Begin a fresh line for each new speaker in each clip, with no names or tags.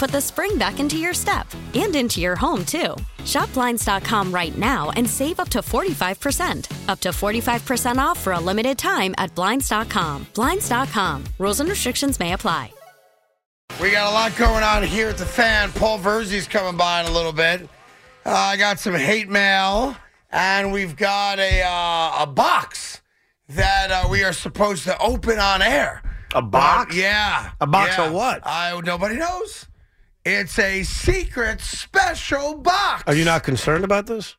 put the spring back into your step and into your home, too. Shop Blinds.com right now and save up to 45%. Up to 45% off for a limited time at Blinds.com. Blinds.com. Rules and restrictions may apply.
We got a lot going on here at the fan. Paul Verzi's coming by in a little bit. Uh, I got some hate mail, and we've got a uh, a box that uh, we are supposed to open on air.
A box?
But- yeah.
A box
yeah.
of what?
I nobody knows. It's a secret special box.
Are you not concerned about this?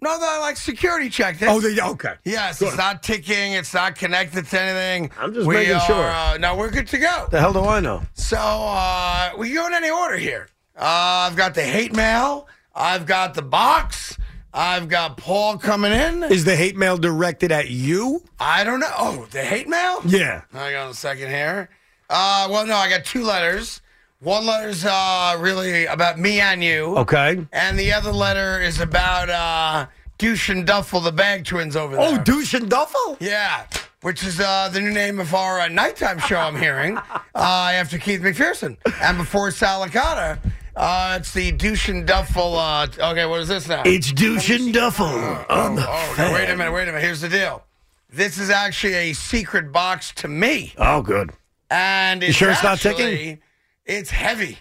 No, no, like security check. This,
Oh, they, okay.
yes.
good.
It's not ticking. It's not connected to anything.
I'm just
We
making
are,
sure.
Uh, no, we're good to go.
The hell do I know?
So uh, we go in any order here. Uh, I've got the hate mail. I've got the box. I've got Paul coming in.
Is the hate mail directed at you?
I don't know. Oh, the hate mail?
Yeah.
Hang on a second here. Uh, well, no, I got two letters. One letter's uh, really about me and you.
Okay.
And the other letter is about uh, Douche and Duffel, the bag twins over there.
Oh, douche and duffel?
Yeah, which is uh, the new name of our uh, nighttime show I'm hearing uh, after Keith McPherson and before Salicata. Uh, it's the Douche and Duffel. Uh, t- okay, what is this now?
It's douche and duffel. I'm a
oh, no,
fan.
wait a minute, wait a minute. Here's the deal. This is actually a secret box to me,
Oh, good.
and it's
sure it's not
actually-
ticking?
It's heavy.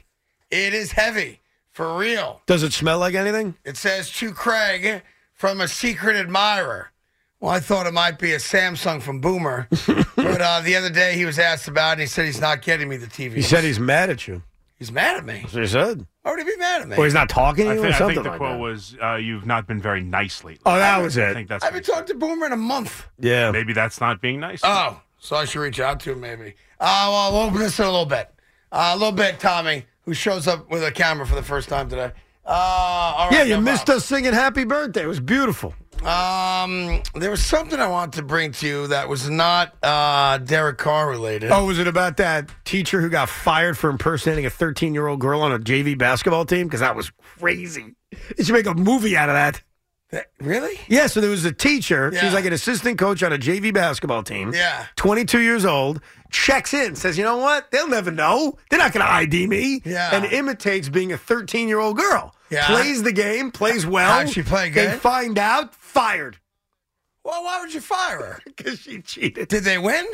It is heavy for real.
Does it smell like anything?
It says to Craig from a secret admirer. Well, I thought it might be a Samsung from Boomer, but uh, the other day he was asked about it and he said he's not getting me the TV.
He said he's mad at you.
he's mad at me.
He said.
Why would he be mad at me?
Or he's not talking to
I
you
think,
or
I
something
think the
like
quote
that.
was, uh, "You've not been very nice lately."
Oh, that was
I
it.
think that's.
I haven't
what
talked to Boomer in a month.
Yeah.
he- maybe that's not being nice.
Oh, so I should reach out to him maybe. Uh, well, we'll open this in a little bit. Uh, a little bit, Tommy, who shows up with a camera for the first time today. Uh, all right,
Yeah, you
no
missed
problem.
us singing happy birthday. It was beautiful.
Um, there was something I wanted to bring to you that was not uh, Derek Carr related.
Oh, was it about that teacher who got fired for impersonating a 13 year old girl on a JV basketball team? Because that was crazy. They should make a movie out of that.
That- really?
Yeah, so there was a teacher.
Yeah.
She's like an assistant coach on a JV basketball team.
Yeah.
22 years old. Checks in, says, you know what? They'll never know. They're not going to ID me.
Yeah.
And imitates being a 13 year old girl.
Yeah.
Plays the game, plays well.
How'd she play
They
good?
find out, fired
Well, why would you fire her?
because she cheated.
Did they win?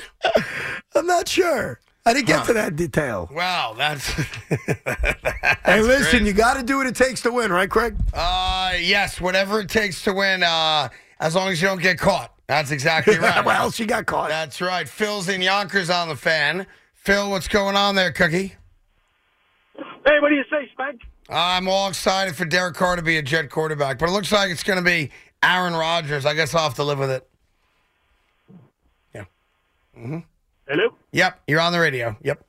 I'm not sure. I didn't get
Huh.
to that detail.
Wow, that's.
hey, listen, you got to do what it takes to win, right, Craig?
uh, yes, whatever it takes to win, uh, as long as you don't get caught. That's exactly right.
well, she got caught.
that's right. Phil's in Yonkers on the fan. Phil, what's going on there, Cookie?
Hey, what do you say, Spank?
I'm all excited for Derek Carr to be a Jet quarterback, but it looks like it's going to be Aaron Rodgers. I guess I'll have to live with it.
Hello?
Yep, you're on the radio. Yep.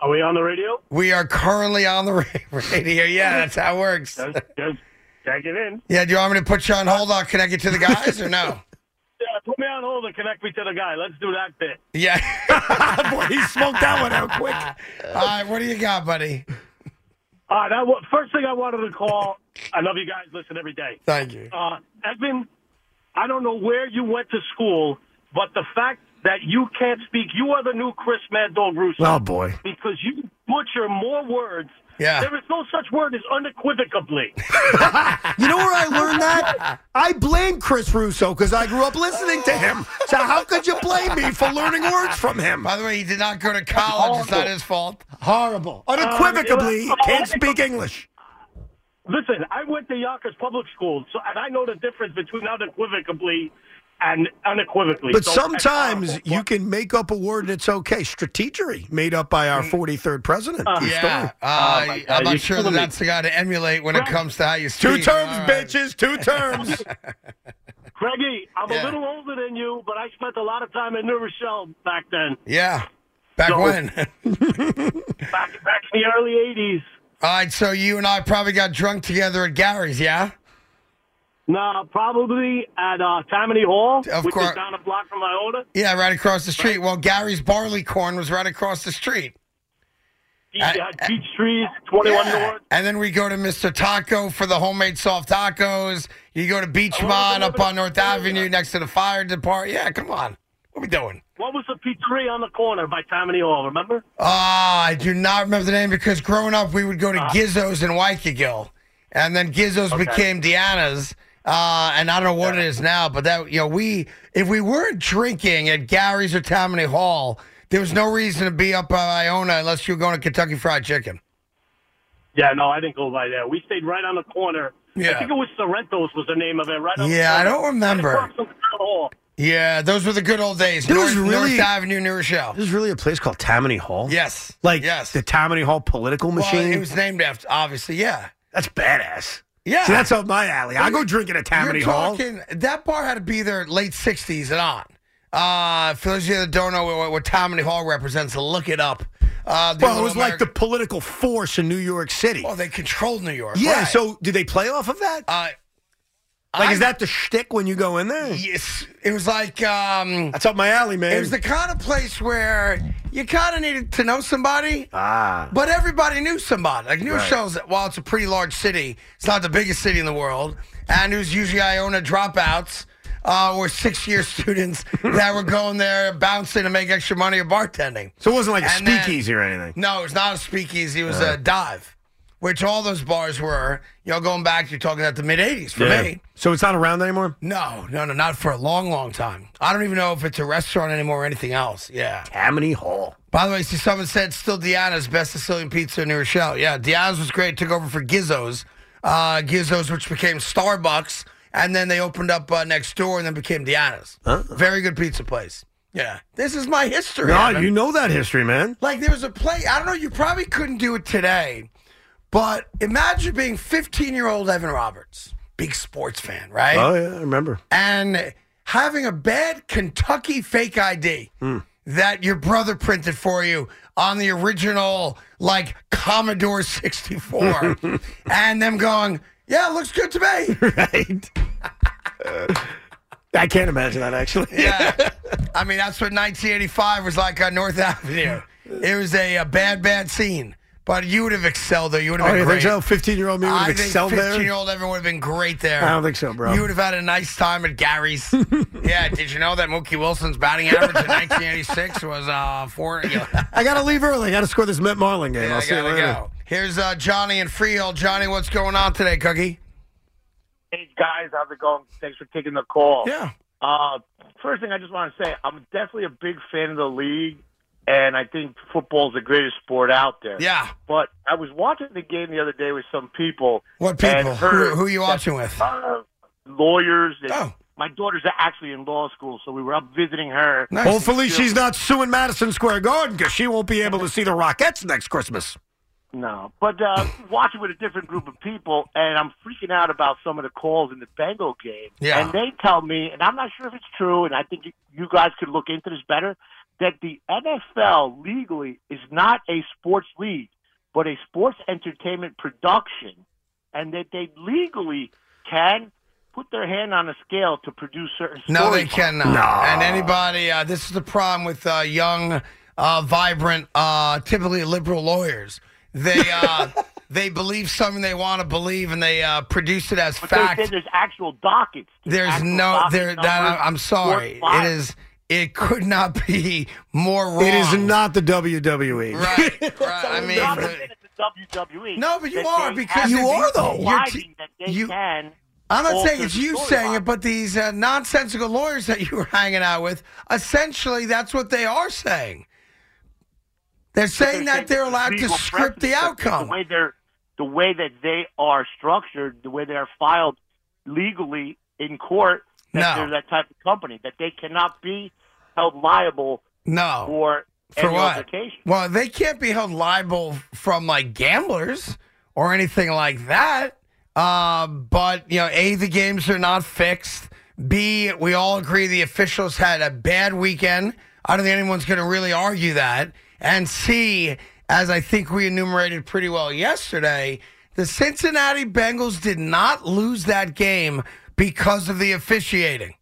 Are we on the radio?
We are currently on the ra- radio. Yeah, that's how it works.
Just, just check it in.
Yeah, do you want me to put you on hold? I'll connect you to the guys or no?
Yeah, put me on hold and connect me to the guy. Let's do that bit.
Yeah.
Boy, he smoked that one out quick.
All right, what do you got, buddy?
All right, I wa- first thing I wanted to call, I love you guys, listen every day.
Thank you.
Uh, Edmund, I don't know where you went to school, but the fact that you can't speak. You are the new Chris Mad Dog Russo
Oh boy.
because you butcher more words.
Yeah.
There is no such word as unequivocally.
You know where I learned that? I blame Chris Russo because I grew up listening to him. So how could you blame me for learning words from him?
By the way, he did not go to college. It's not his fault.
Horrible. Unequivocally,
Um, it was-
can't speak English.
Listen, I went to Yonkers Public School, so, and I know the difference between unequivocally and unequivocally.
But
So-
sometimes you can make up a word and it's okay. Strategery, made up by
Mm.
our 43rd president. True
Yeah,
story.
uh,
Oh, my God,
I'm not
you're
sure that
killing me.
that's the guy to emulate when it comes to how you speak.
Two terms,
All right.
bitches. Two terms.
Greggy, I'm
Yeah.
a little older than you, but I spent a lot of time in New Rochelle back then,
Yeah, back
No.
when.
back back in the early '80s.
All right, so you and I probably got drunk together at Gary's, yeah?
No, probably at uh, Tammany Hall,
Of
which
course.
is down a block from my older.
Yeah, right across the street. Well, Gary's barley corn was right across the street.
The, uh, Beach Trees, 21
Yeah.
North.
And then we go to Mr. Taco for the homemade soft tacos. You go to Beach
wanna
Mod
go
up
to
on North
Oh, the-
Avenue next to the fire department. Yeah, come on. What we doing?
What was the pizzeria on the corner by Tammany Hall? Remember?
Ah, I do not remember the name because growing up we would go to Gizzo's in Waikiki, and then Gizzo's became Deanna's. Uh, and I don't know what it is now, but that you know we if we weren't drinking at Gary's or Tammany Hall, there was no reason to be up by Iona unless you were going to Kentucky Fried Chicken.
Yeah, no, I didn't go by there. We stayed right on the corner.
Yeah.
I think it was Sorrento's was the name of it. Right. on the
Yeah, I
corner.
don't remember.
Right across from Town Hall.
Yeah, those were the good old days.
There was
North,
really-
North Avenue, New Rochelle.
There's really a place called Tammany Hall.
Yes,
Like
yes.
the Tammany Hall political
Well,
machine.
it was named after, obviously. Yeah,
that's badass.
yeah.
See, that's up my alley. I go drinking at Tammany
You're
Hall.
talking that bar had to be there late '60s and on. Uh, for those of you that don't know what, what Tammany Hall represents, look it up. Uh, the
Well, it
old
was like the
Ameri-
political force in New York City.
oh, they controlled New York.
yeah.
right.
So, do they play off of that?
uh,
like, is
I-
that the shtick when you go in there?
yes, it was like um,
That's up my alley, man.
it was the kind of place where you kind of needed to know somebody.
ah,
But everybody knew somebody. Like New
Right.
Rochelle's, while it's a pretty large city, it's not the biggest city in the world. And it was usually Iona dropouts uh, or six-year students that were going there bouncing to make extra money or bartending.
so it wasn't like a
And then-
speakeasy or anything.
No, it was not a speakeasy. It was a dive, which all those bars were. You know, going back, you're talking about the mid-'80s for me.
So it's not around anymore.
No, no, no, not for a long, long time. I don't even know if it's a restaurant anymore or anything else. Yeah.
Tammany Hall.
By the way, see, someone said still Deanna's best Sicilian pizza in New Rochelle. Yeah, Deanna's was great. Took over for Gizzo's. Uh, Gizzo's, which became Starbucks, and then they opened up uh, next door and then became Deanna's. Very good pizza place. Yeah. This is my history.
God,
Evan.
you know that history, man.
Like, there was a play. I don't know, you probably couldn't do it today, but imagine being 15 year old Evan Roberts, big sports fan, right?
Oh yeah, I remember.
and having a bad Kentucky fake ID that your brother printed for you on the original, like Commodore 64, and them going, Yeah, it looks good to me.
Right. I can't imagine that actually.
Yeah. I mean, that's what 1985 was like on North Avenue. It was a, a bad, bad scene. But you would have excelled there. You would have
Oh,
been
you think
great.
so? Fifteen-year-old me would
I
have
think
excelled there.
fifteen-year-old Evan would have been great there.
I don't think so, bro.
You would have had a nice time at Gary's. yeah. Did you know that Mookie Wilson's batting average in 1986 was uh, four? Yeah,
I gotta leave early. I gotta score this Met Marlin game. I'll
I
see you
gotta
later.
go. Here's uh, Johnny and Freehill. Johnny, what's going on today, Cookie?
Hey guys, how's it going? Thanks for taking the call.
Yeah.
Uh, first thing I just want to say, I'm definitely a big fan of the league, and I think football's the greatest sport out there.
Yeah.
But I was watching the game the other day with some people.
What people?
and heard
Who, who you
that,
watching with?
Uh, lawyers. And
Oh.
My daughter's actually in law school, so we were up visiting her.
Nice.
Hopefully, she's not suing Madison Square Garden because she won't be able to see the Rockettes next Christmas.
No, but uh, watching with a different group of people, and I'm freaking out about some of the calls in the Bengal game.
Yeah.
And they tell me, and I'm not sure if it's true, and I think you- you guys could look into this better, that the NFL legally is not a sports league, but a sports entertainment production, and that they legally can put their hand on a scale to produce certain
No, they
storylines.
cannot. And anybody, uh, this is the problem with uh, young, uh, vibrant, uh, typically liberal lawyers. They uh, they believe something they want to believe, and they uh, produce it as
But they
fact.
say there's actual dockets.
There's
actual
no
docket
there. That,
numbers,
I'm
sports
sorry. It
files.
is It could not be more wrong.
It is not the E. WWE.
Right, right. I mean,
Not
but-
that it's the WWE.
No, but you
that
are,
they
because
have
You
to
are,
be
though.
providing
You're t-
that they
you-
can.
I'm not
alter
saying it's
the
you saying it,
storyline.
but these uh, nonsensical lawyers that you were hanging out with, essentially, that's what they are saying. They're saying that they're allowed to
legal
script the
precedent,
outcome.
The way they're, the way that they are structured, the way they are filed legally in court, that
No.
they're that type of company that they cannot be held liable
No.
for
Oh. For
any
what?
altercation.
Well, they can't be held liable from like gamblers or anything like that. Uh, but, you know, A, the games are not fixed. B, we all agree the officials had a bad weekend. I don't think anyone's going to really argue that. And C, as I think we enumerated pretty well yesterday, the Cincinnati Bengals did not lose that game because of the officiating.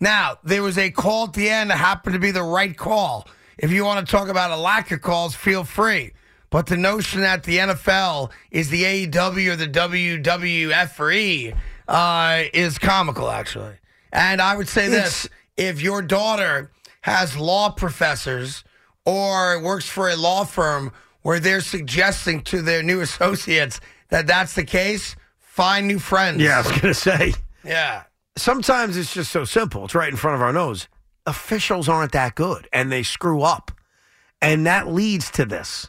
Now, there was a call at the end that happened to be the right call. If you want to talk about a lack of calls, feel free. But the notion that the NFL is the AEW or the WWF or E uh, is comical, actually. And I would say this if your daughter has law professors or works for a law firm where they're suggesting to their new associates that that's the case, find new friends.
Yeah, I was gonna say.
Yeah.
Sometimes it's just so simple. It's right in front of our nose. Officials aren't that good, and they screw up, and that leads to this.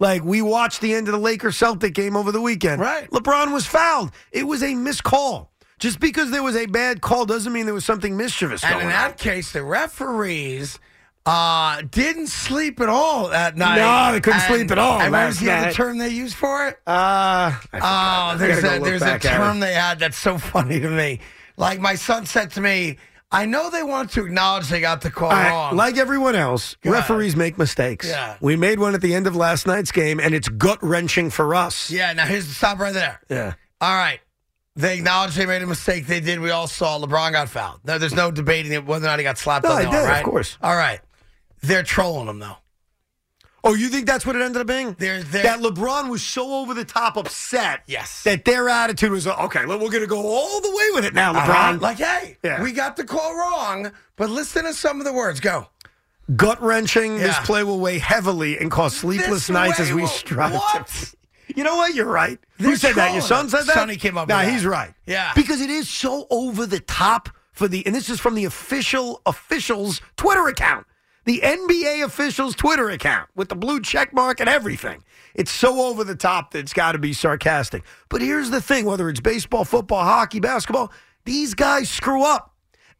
Like we watched the end of the Lakers Celtic game over the weekend.
Right.
LeBron was fouled. It was a missed call. Just because there was a bad call doesn't mean there was something mischievous
And
going
in
on.
that case, the referees uh, didn't sleep at all that night.
No, they couldn't sleep at all
And what was
last
the other
night.
term they used for it?
Uh,
Oh, there's
gotta go
a
look
there's a
back at it.
term they had that's so funny to me. Like my son said to me, I know they want to acknowledge they got the call
All right,
wrong.
like everyone else,
Go ahead.
referees make mistakes.
Yeah.
We made one at the end of last night's game, and it's gut wrenching for us.
yeah, now here's the stop right there.
Yeah.
All right. They acknowledged they made a mistake. They did. We all saw LeBron got fouled. No, there's no debating it whether or not he got slapped
No,
on
he
the
did,
arm,
of
right?
course.
All right. They're trolling him though.
Oh, you think that's what it ended up being?
There's- there-
that LeBron was so over the top upset.
Yes.
That their attitude was okay. Look, we're going to go all the way with it now, LeBron.
LeBron, Uh-huh. like, hey,
Yeah.
we got the call wrong, but listen to some of the words. Go.
gut wrenching. This
Yeah.
play will weigh heavily and cause sleepless
This
nights as
way
we
will-
strive.
What?
To, you know what? You're right. Who
They're
said that? Your son
trolling
said
him.
that.
Sonny came up
Nah,
with that.
he's right.
Yeah.
because it is so over the top for the, and this is from the official officials Twitter account. The NBA officials Twitter account with the blue check mark and everything. It's so over the top that it's got to be sarcastic. But here's the thing whether it's baseball, football, hockey, basketball, these guys screw up.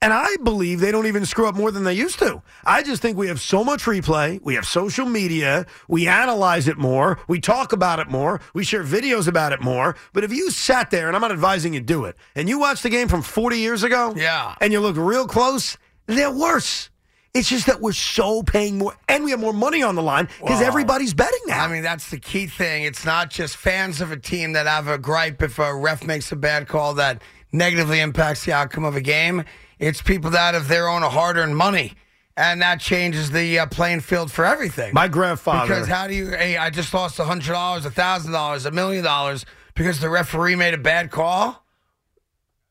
And I believe they don't even screw up more than they used to. I just think we have so much replay. We have social media. We analyze it more. We talk about it more. We share videos about it more. But if you sat there, and I'm not advising you do it, and you watched the game from 40 years ago,
Yeah.
and you look real close, they're worse. It's just that we're so paying more, and we have more money on the line because
Wow.
everybody's betting now.
I mean, that's the key thing. It's not just fans of a team that have a gripe if a ref makes a bad call that negatively impacts the outcome of a game. It's people that have their own hard earned money, and that changes the uh, playing field for everything.
my grandfather.
Because how do you? Hey, I just lost a hundred dollars, a thousand dollars, a million dollars because the referee made a bad call.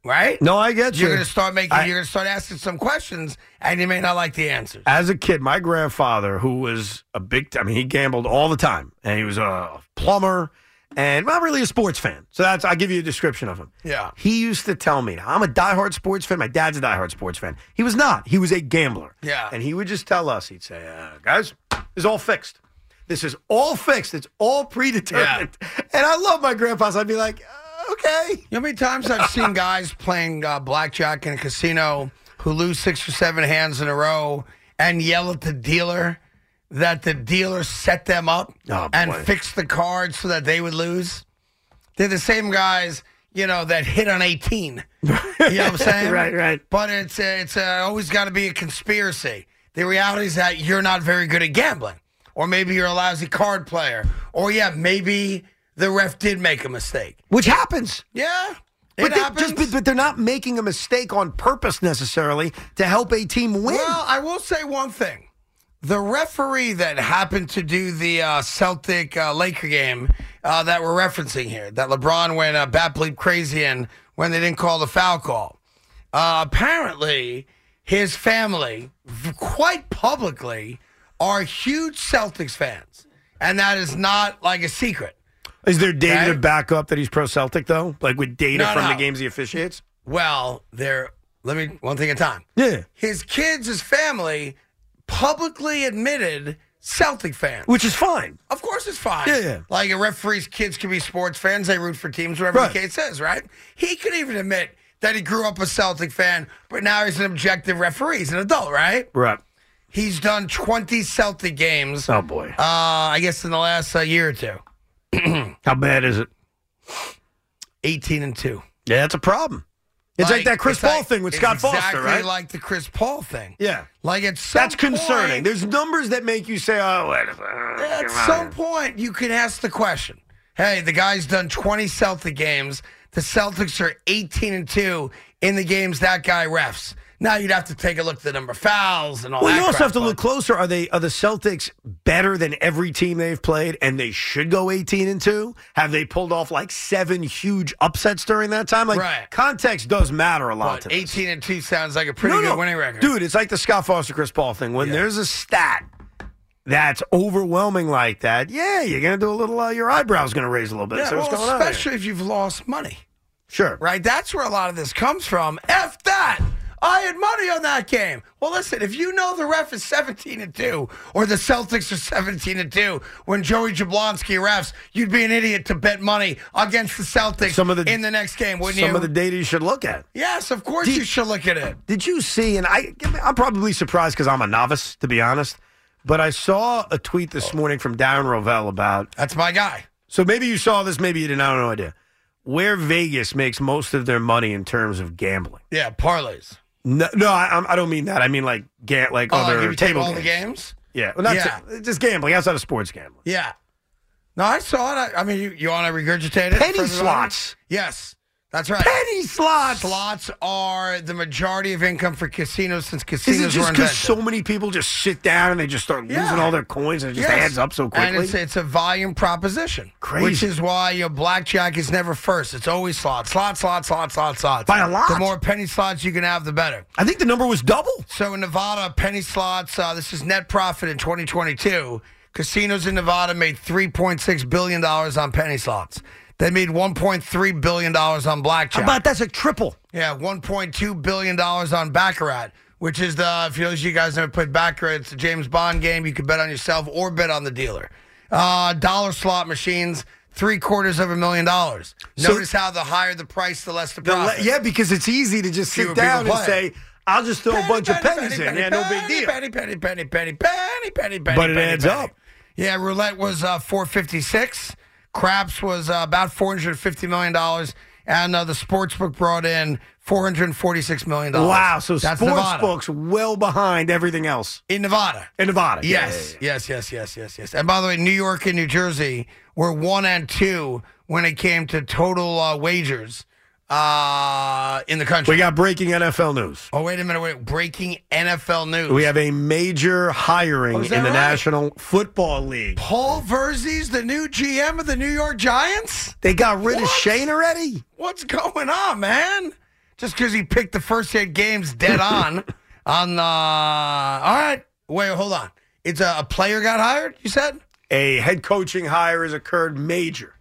Right?
no, I get you.
You're going to start making.
I-
you're going to start asking some questions, and you may not like the answers.
As a kid, my grandfather, who was a big, I mean, he gambled all the time, and he was a plumber and not really a sports fan. So that's, I'll give you a description of him.
Yeah.
He used to tell me, now, I'm a diehard sports fan. My dad's a diehard sports fan. He was not. He was a gambler.
Yeah.
And he would just tell us, he'd say, uh, guys, this is all fixed. This is all fixed. It's all predetermined. And I love my grandpa's. I'd be like, uh, okay.
You know how many times I've seen guys playing uh, blackjack in a casino who lose six or seven hands in a row and yell at the dealer that the dealer set them up
Oh,
and
boy.
fixed the card so that they would lose? They're the same guys, you know, that hit on 18. You know what I'm saying?
Right, right.
But it's uh, it's uh, always got to be a conspiracy. The reality is that you're not very good at gambling, or maybe you're a lousy card player, or yeah, maybe the ref did make a mistake.
Which happens.
Yeah, it
But, they,
happens.
just, but, but they're not making a mistake on purpose necessarily to help a team win.
well, I will say one thing: the referee that happened to do the uh, Celtic uh, Laker game uh, that we're referencing here, that LeBron went uh, bat bleep crazy in when they didn't call the foul call. Uh, apparently, his family v- quite publicly are huge Celtics fans, and that is not like a secret.
Is there data to
Right?
back up that he's pro Celtic though? Like with data
No,
from the
no.
games he officiates?
Well, there. Let me one thing at a time.
Yeah.
His kids, his family, publicly admitted Celtic fans.
Which is fine.
Of course, it's fine.
Yeah, yeah.
Like a referee's kids can be sports fans; they root for teams, whatever
Right.
the case is, right? He could even admit that he grew up a Celtic fan, but now he's an objective referee. He's an adult, right?
Right.
He's done 20 Celtic games.
Oh boy.
Uh, I guess in the last uh, year or two,
How bad is it?
18 and two.
Yeah, that's a problem. It's like, that Chris
it's
Paul
like-
thing with
it's
Scott Foster,
exactly
right?
Like the Chris Paul thing.
yeah.
Like at some
That's concerning.
point-
There's numbers that make you say, "Oh, wait a second.
At
Come on
some
here."
point, you can ask the question. Hey, the guy's done 20 Celtic games. The Celtics are 18 and two in the games that guy refs. Now you'd have to take a look at the number of fouls and all
Well,
that.
you also
crap,
have to
but-
look closer. Are they are the Celtics better than every team they've played, and they should go eighteen and two? Have they pulled off like seven huge upsets during that time? Like
Right.
context does matter a lot.
but
to this.
18 and two sounds like a pretty
No,
good
no.
winning record.
dude. It's like the Scott Foster Chris Paul thing. When there's a stat that's overwhelming like that, yeah, you're gonna do a little. Uh, your eyebrows gonna raise a little bit.
yeah,
so what's
well,
going on here?
especially if you've lost money,
Sure.
right? That's where a lot of this comes from. F that. I had money on that game. Well, listen, if you know the ref is 17 and 2 or the Celtics are 17 and 2 when Joey Jablonski refs, you'd be an idiot to bet money against the Celtics
Some of the-
in the next game, wouldn't
Some
you?
of the data you should look at.
yes, of course
Did-
you should look at it.
Did you see? And I, I'm probably surprised because I'm a novice, to be honest. But I saw a tweet this morning from Darren Rovell about.
That's my guy.
So maybe you saw this, maybe you didn't. I have no idea. Where Vegas makes most of their money in terms of gambling.
Yeah, parlays.
No, no, I, I'm- I don't mean that. I mean like ga- like
Oh,
other
like if you take
table
all the
games.
games?
Yeah, well, not
Yeah.
ta- just gambling outside of sports gambling.
Yeah. No, I saw it. I, I mean, you, you want to regurgitate it?
Penny
for everybody?
slots.
Yes, that's right.
Penny slots.
Slots are the majority of income for casinos since
Is
casinos
it just
were
because
invented.
so many people just sit down and they just start
Yeah.
losing all their coins and it just
Yes.
adds up so quickly?
And it's, it's a volume proposition.
Crazy.
Which is why your blackjack is never first. It's always slots. Slot, slot, slot, slot, slots.
By a lot.
The more penny slots you can have, the better.
I think the number was double.
So in Nevada, penny slots, uh, this is net profit in 2022. Casinos in Nevada made $3.6 billion on penny slots. They made $1.3 billion on blackjack.
About that's a triple.
Yeah, one point two billion dollars on Baccarat, which is the if those of you guys never played Baccarat, it's a James Bond game. You can bet on yourself or bet on the dealer. Uh, dollar slot machines, three quarters of a million dollars.
So-
Notice how the higher the price, the less the
The le-
profit.
yeah, because it's easy to just
Fewer
sit down
people
and
play.
say, "I'll just throw a bunch of pennies in." yeah, no big
penny,
deal.
Penny, penny, penny, penny, penny, penny, penny.
But it
penny,
adds
penny.
up.
Yeah, roulette was uh, four fifty six. Craps was uh, about four hundred fifty million dollars, and uh, the sportsbook brought in four hundred forty six million dollars.
Wow, so
That's
sports
Nevada.
books well behind everything else
in Nevada.
in Nevada. Yeah,
Yes,
yeah,
yes, yes, yes, yes, yes. And by the way, New York and New Jersey were one and two when it came to total uh, wagers uh, in the
yeah.
country.
We got breaking NFL news.
oh, wait a minute, wait. Breaking NFL news.
We have a major hiring
Oh,
in
is
the
that right?
National Football League.
Paul Verzi's the new GM of the New York Giants?
They got rid of
What?
Shane already.
What's going on, man? Just because he picked the first eight games dead on. on the. All right. Wait, hold on. It's a, a player got hired, you said?
A head coaching hire has occurred. Major,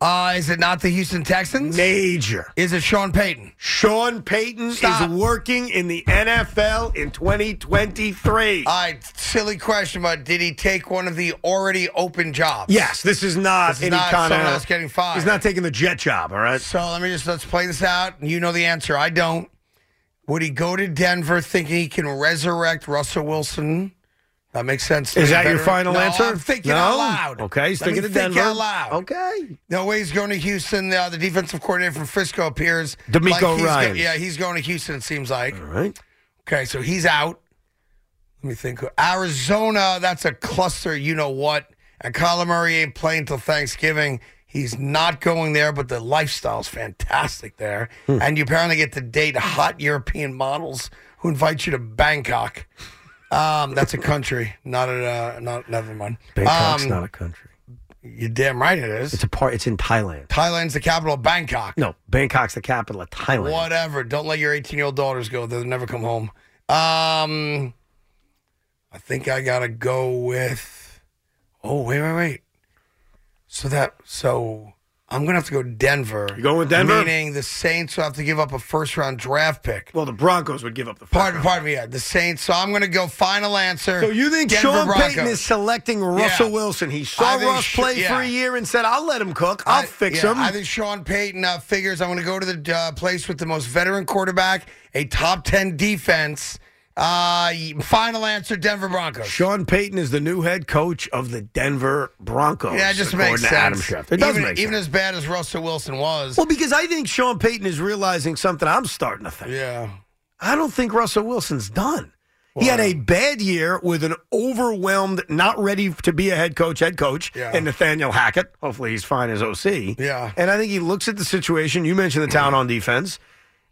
Uh, is it not the Houston Texans?
major.
Is it Sean Payton?
Sean Payton
Stop.
is working in the NFL in 2023.
All right, silly question, but did he take one of the already open jobs?
Yes, this is not
This is
any
not
kind
someone
of.
else getting fired.
He's not taking the jet job. All right.
So let me just let's play this out. You know the answer. I don't. Would he go to Denver thinking he can resurrect Russell Wilson? That makes sense. to
Is
me.
that your
Better-
final
no,
answer?
I'm thinking
no?
out loud.
Okay, he's
Let me
thinking of
think
Denver.
out loud.
Okay.
No way he's going to Houston. Uh, the defensive coordinator from Frisco appears.
D'Amico
he's go-
Ryan.
yeah, he's going to Houston. It seems like.
All right.
Okay, so he's out. Let me think. Arizona, that's a cluster, you know what. And Colin Murray ain't playing till Thanksgiving. He's not going there, but the lifestyle's fantastic there.
Hmm.
And you apparently get to date hot European models who invite you to Bangkok. Um, that's a country, not a uh, not never mind.
Bangkok's
Um,
not a country.
You're damn right it is.
It's a part. It's in Thailand.
Thailand's the capital of Bangkok.
No, Bangkok's the capital of Thailand.
Whatever. Don't let your 18 year old daughters go. They'll never come home. Um, I think I gotta go with. Oh wait, wait, wait. So that so I'm gonna have to go Denver.
You going with Denver?
Meaning the Saints will have to give up a first round draft pick.
Well, the Broncos would give up the first
Pardon,
round.
pardon me. Yeah, the Saints. So I'm gonna go final answer.
So you think
Denver
Sean
Broncos.
Payton is selecting Russell
Yeah.
Wilson? He saw
I think
Russ
sh-
play
yeah.
for a year and said, "I'll let him cook. I'll
I-
fix
yeah,
him."
I think Sean Payton uh, figures I'm going to go to the uh, place with the most veteran quarterback, a top 10 defense. Uh, final answer Denver Broncos.
Sean Payton is the new head coach of the Denver Broncos.
Yeah, it just
according
makes
to
sense.
Adam Schefter. It does
even,
make
even
sense.
as bad as Russell Wilson was.
Well, because I think Sean Payton is realizing something I'm starting to think.
yeah.
I don't think Russell Wilson's done. he had a bad year with an overwhelmed, not ready to be a head coach, head coach,
Yeah.
and Nathaniel Hackett. Hopefully he's fine as OC.
Yeah.
And I think he looks at the situation. You mentioned the town on defense,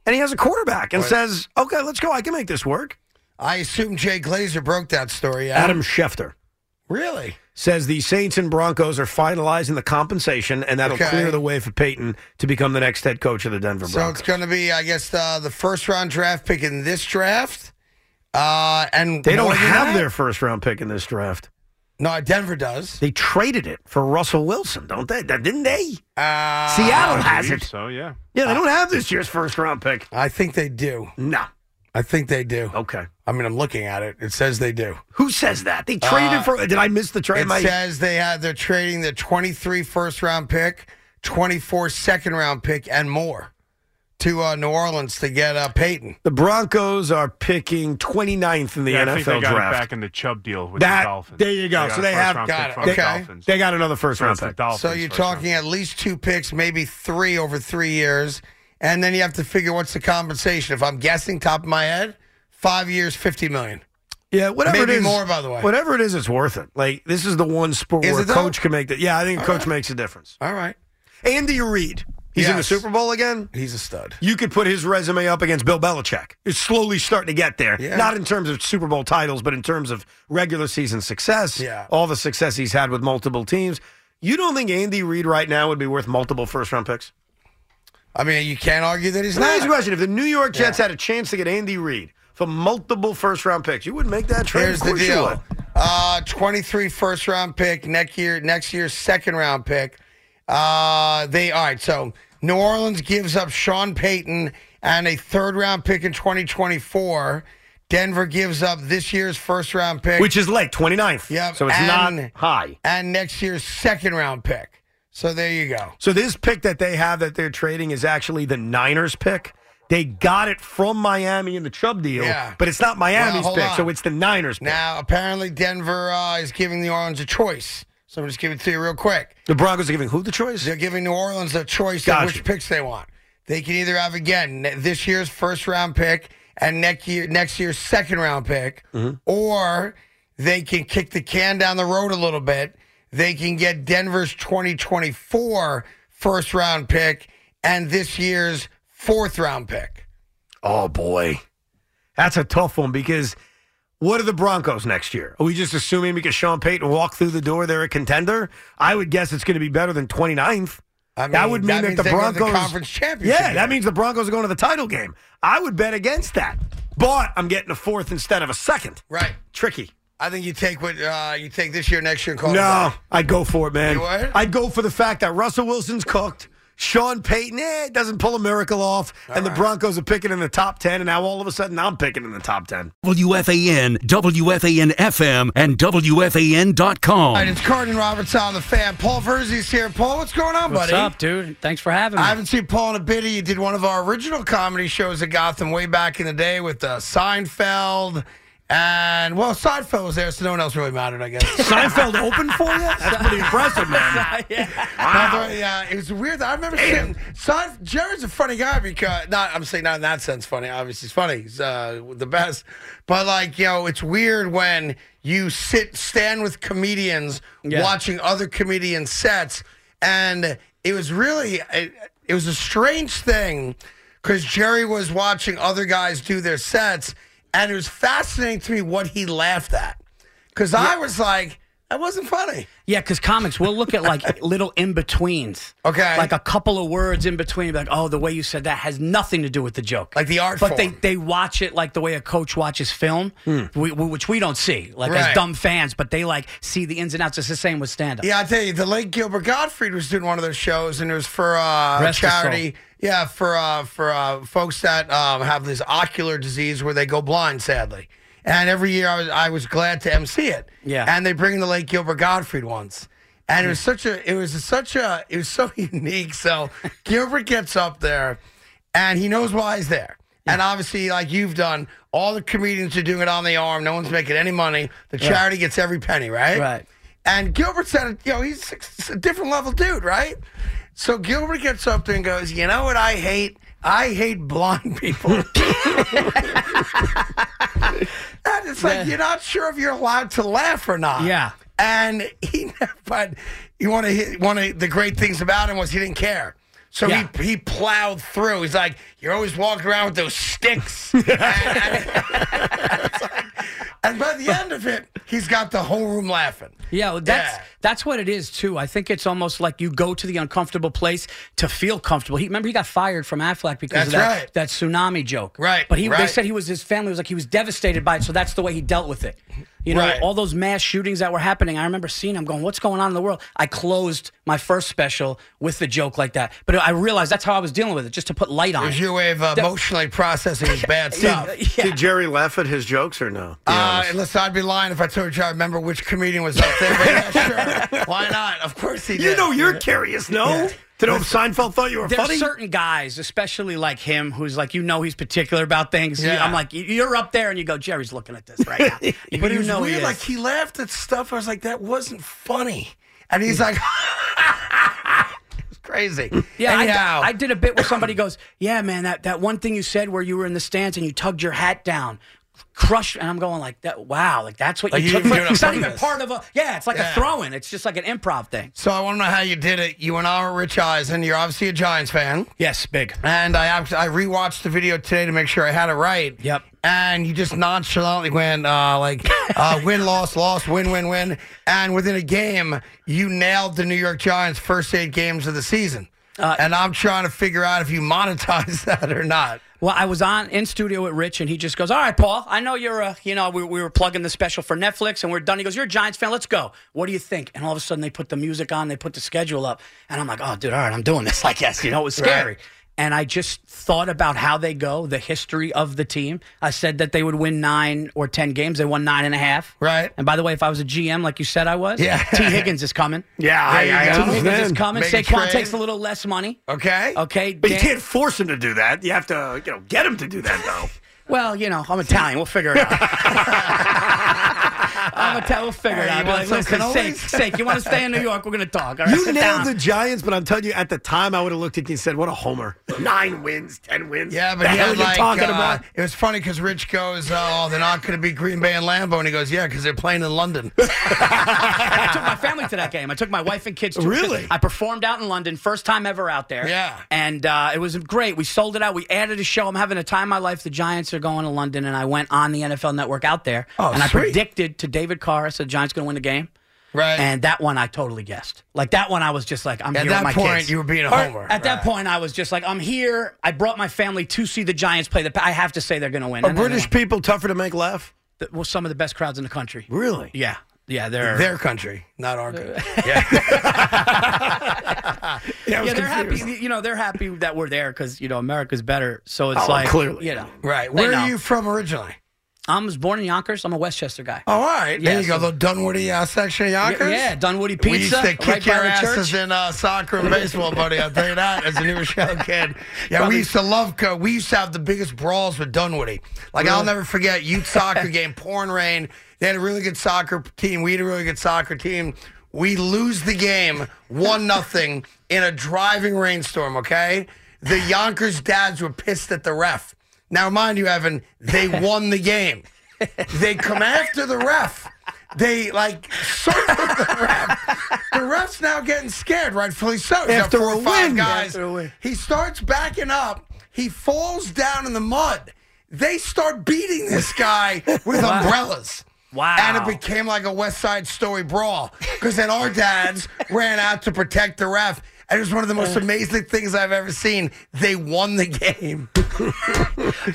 and he has a quarterback and says, okay, let's go. I can make this work.
I assume Jay Glazer broke that story. Adam.
Adam Schefter
Really?
says the Saints and Broncos are finalizing the compensation, and that'll
Okay.
clear the way for Peyton to become the next head coach of the Denver
So
Broncos.
it's going to be, I guess, uh, the first round draft pick in this draft. Uh, and
they don't
more than
have
that-
their first round pick in this draft.
No, Denver does.
They traded it for Russell Wilson, don't they? That- Didn't they?
Uh,
Seattle
I
has
believe
it.
So yeah,
Yeah, they don't have this year's first round pick.
I think they do.
No.
I think they do.
Okay.
I mean, I'm looking at it. It says they do.
Who says that? They traded
Uh,
for. Did I miss the trade?
It
My,
says they have they're trading the 23 first round pick, 24 second round pick, and more to uh, New Orleans to get uh, Peyton.
the Broncos are picking 29th in the
yeah I
NFL
think they got
draft.
it back in the Chubb deal with
That-
the Dolphins.
there you go.
got
So
a
they have-
first-round
got
pick
it.
from the
Okay.
Dolphins.
They got another first
So
round
it's the
pick.
Dolphins.
So you're
first round
talking at least two picks, maybe three over three years, and then you have to figure what's the compensation. If I'm guessing, top of my head, five years, 50 million.
Yeah, whatever
Maybe
it is.
more, by the way.
Whatever it is, it's worth it. Like this is the one sport
Is
where
it, though?
coach can make that. Yeah, I think coach makes a difference.
All right,
Andy Reid, he's in the
Yes.
Super Bowl again.
he's a stud.
You could put his resume up against Bill Belichick. It's slowly starting to get there.
Yeah.
Not in terms of Super Bowl titles, but in terms of regular season success.
Yeah.
All the success he's had with multiple teams. You don't think Andy Reid right now would be worth multiple first round picks?
I mean, you can't argue that he's
Can I ask you a
not.
question? If the New York Jets had a chance to get Andy Reid for multiple first round picks, you would make that trade.
Here's
of
the
course you would.
deal: uh, 23 first round pick next year, next year's second round pick. Uh, they all right. So New Orleans gives up Sean Payton and a third round pick in 2024. Denver gives up this year's first round pick,
Which is late, 29th.
Yep,
So it's
and-
not high.
and next year's second round pick. So there you go.
So this pick that they have that they're trading is actually the Niners pick. They got it from Miami in the Chubb deal,
Yeah.
but it's not Miami's
hold
pick,
on.
so it's the Niners pick.
Now apparently Denver uh, is giving New Orleans a choice. So I'm just giving it to you real quick.
the Broncos are giving who the choice?
They're giving New Orleans a choice
Gotcha.
of which picks they want. They can either have again ne- this year's first round pick and next year next year's second round pick,
Mm-hmm.
or they can kick the can down the road a little bit. They can get Denver's 2024 first round pick and this year's fourth round pick.
Oh boy, that's a tough one because what are the Broncos next year? Are we just assuming because Sean Payton walked through the door, they're a contender? I would guess it's going to be better than 29th.
I mean,
that would mean
that
that,
means
the
they go to the
Broncos
conference championship
Yeah,
game.
that means the Broncos are going to the title game. I would bet against that, but I'm getting a fourth instead of a second.
Right.
Tricky.
I think you take what uh, you take this year, next year, and call it a
No,
day.
I'd go for it, man.
You would?
I'd go for the fact that Russell Wilson's cooked. Sean Payton eh, doesn't pull a miracle off, and the Broncos are picking in the top 10, and now all of a sudden I'm picking in the top 10.
WFAN, WFAN FM, and WFAN.com.
All right, it's Cardin Roberts on the fan. Paul Verzi's here. Paul, what's going on,
What's
buddy?
up, dude? Thanks for having me.
I haven't seen Paul in a bit. He did one of our original comedy shows at Gotham way back in the day with uh, Seinfeld. And, well, Seinfeld was there, so no one else really mattered, I guess.
Seinfeld open for you? That's pretty impressive, man.
By the way, uh, it was weird. I remember sitting. Seinf- Jerry's a funny guy because, not, I'm saying not in that sense funny. Obviously, he's funny. He's uh, the best. But, like, you know, it's weird when you sit, stand with comedians
Yeah.
watching other comedian sets. And it was really, it, it was a strange thing. because Jerry was watching other guys do their sets, and it was fascinating to me what he laughed at. Because I was like, That wasn't funny.
Yeah, because comics, we'll look at like little in betweens.
Okay.
Like a couple of words in between. Like, oh, the way you said that has nothing to do with the joke.
Like the art
But they,
form.
they watch it like the way a coach watches film,
Hmm.
we, we- which we don't see, like
Right.
as dumb fans, but they like see the ins and outs. It's the same with stand up.
Yeah, I tell you, the late Gilbert Gottfried was doing one of those shows, and it was for uh,
Rest his
charity. Yeah, for uh, for uh, folks that um, have this ocular disease where they go blind, sadly. And every year, I was I was glad to MC it.
Yeah. Hmm.
and they bring the late Gilbert Gottfried ones. And it was such a, it was such a, it was so unique. So Gilbert gets up there, and he knows why he's there. And obviously, like you've done, all the comedians are doing it on the arm. No one's making any money. The charity gets every penny, right?
Right.
And Gilbert said, you know, he's a- a different level dude, right? So Gilbert gets up there and goes, you know what I hate? I hate blind people. and it's like, you're not sure if you're allowed to laugh or not.
Yeah.
And he never, but you want to one of the great things about him was he didn't care. So
Yeah.
he, he plowed through. He's like, you're always walking around with those sticks. and, and- it's like- and by the end of it, he's got the whole room laughing.
Yeah, well, that's
Yeah.
that's what it is too. I think it's almost like you go to the uncomfortable place to feel comfortable. He remember he got fired from Affleck because of
That's
that,
right.
that tsunami joke.
Right,
But he they
right.
said he was his family was like he was devastated by it, so that's the way he dealt with it. You know,
Right.
all those mass shootings that were happening. I remember seeing him going, "What's going on in the world?" I closed my first special with the joke like that, but I realized that's how I was dealing with it, just to put light on
It was your way of uh, emotionally processing his bad stuff.
it. Yeah.
Did Jerry laugh at his jokes or no?
Uh, listen, I'd be lying if I told you I remember which comedian was up there. But yeah, sure. Why not? Of course he did.
you know you're curious, no? To know if Seinfeld thought you were
There's
funny?
certain guys, especially like him, who's like, you know, he's particular about things.
Yeah.
I'm like, you're up there, and you go, Jerry's looking at this right now. You-
But
you
it was
know he
weird.
is.
like he laughed at stuff. I was like, that wasn't funny. And he's like, it's crazy.
yeah,
Anyhow,
I, I did a bit where somebody goes, yeah, man, that, that one thing you said where you were in the stands and you tugged your hat down, crushed, and I'm going like that. Wow, like that's what
Like,
you
you
took.
didn't
for-
do it on
it's not even
purpose.
part of a. Yeah, it's like
Yeah.
a throw-in. It's just like an improv thing.
so I want to know how you did it. You and I were Rich Eisen. You're obviously a Giants fan.
Yes, big.
And I act- I rewatched the video today to make sure I had it right.
Yep.
And you just nonchalantly went uh, like uh, win loss loss win win win, and within a game you nailed the New York Giants' first eight games of the season.
Uh,
and I'm trying to figure out if you monetize that or not.
Well, I was on in studio with Rich, and he just goes, "All right, Paul, I know you're a, you know, we, we were plugging the special for Netflix, and we're done." He goes, "You're a Giants fan. Let's go. What do you think?" And all of a sudden, they put the music on, they put the schedule up, and I'm like, "Oh, dude, all right, I'm doing this." Like, yes, you know, it was scary.
Right.
And I just thought about how they go, the history of the team. I said that they would win nine or ten games. They won nine and a half.
Right.
And by the way, if I was a GM like you said I was,
Yeah.
T. Higgins is coming.
yeah, I,
There you
I
go.
T.
Oh,
understand.
Higgins is coming.
Make a
Saquon
trade.
takes a little less money.
Okay.
Okay.
But you
Dan-
can't force him to do that. You have to, you know, get him to do that, though.
Well, you know, I'm Italian. We'll figure it out. I'm Italian. We'll figure it
Hey, you
out. I'll be
want
like,
some
listen, sake,
cannolis?"
sake, you want to stay in New York? We're gonna talk. All right,
You
sit
nailed the
down.
Giants, but I'm telling you, at the time, I would have looked at you and said, "What a homer! Nine wins, ten wins."
Yeah, but
the
he
hell
had
you
like
talking
uh,
about?
it was funny because Rich goes, "Oh, they're not going to be Green Bay and Lambeau," and he goes, "Yeah, because they're playing in London."
I took my family to that game. I took my wife and kids. To
Really?
I performed out in London, first time ever out there.
Yeah.
and uh, it was great. We sold it out. We added a show. I'm having a time of my life. The Giants are going to London, and I went on the NFL Network out there,
Oh,
and I
sweet.
predicted to David Carr, I said, "Giants going to win the game."
right.
And that one I totally guessed. Like that one, I was just like, I'm
At
here with
that
my
point,
kids.
you were being a
Or,
homer,
At that
right.
point, I was just like, I'm here. I brought my family to see the Giants play. The I have to say they're going to win.
Are
And they
British
won.
people tougher to make laugh?
The- well, some of the best crowds in the country.
Really?
Yeah, yeah, they're.
their country, not our country.
Yeah, I was
yeah, they're
confused.
happy. You know, they're happy that we're there because you know America's better. So it's
Oh,
like,
clearly.
you know,
Right.
They
Where
know.
are you from originally?
I was born in Yonkers. I'm a Westchester guy.
Oh, all right. There
Yeah,
you go. The
so-
Dunwoody uh, section of Yonkers.
Yeah, Dunwoody
We used
Pizza.
to kick
right by
your
the
asses
church.
in uh, soccer and baseball, buddy. I'll tell you that as a New Rochelle kid. Yeah, we used to love. Co- we used to have the biggest brawls with Dunwoody. Like I'll never forget youth soccer game, pouring rain. They had a really good soccer team. We had a really good soccer team. We lose the game one nothing in a driving rainstorm. Okay, the Yonkers dads were pissed at the ref. Now, mind you, Evan, they won the game. They come after the ref. They like circle the ref. The ref's now getting scared, rightfully so. He's got
After
four
a
or five
win.
guys.
After a win.
He starts backing up. He falls down in the mud. They start beating this guy with umbrellas.
Wow.
And it became like a West Side Story brawl because then our dads ran out to protect the ref. And it was one of the most amazing things I've ever seen. They won the game.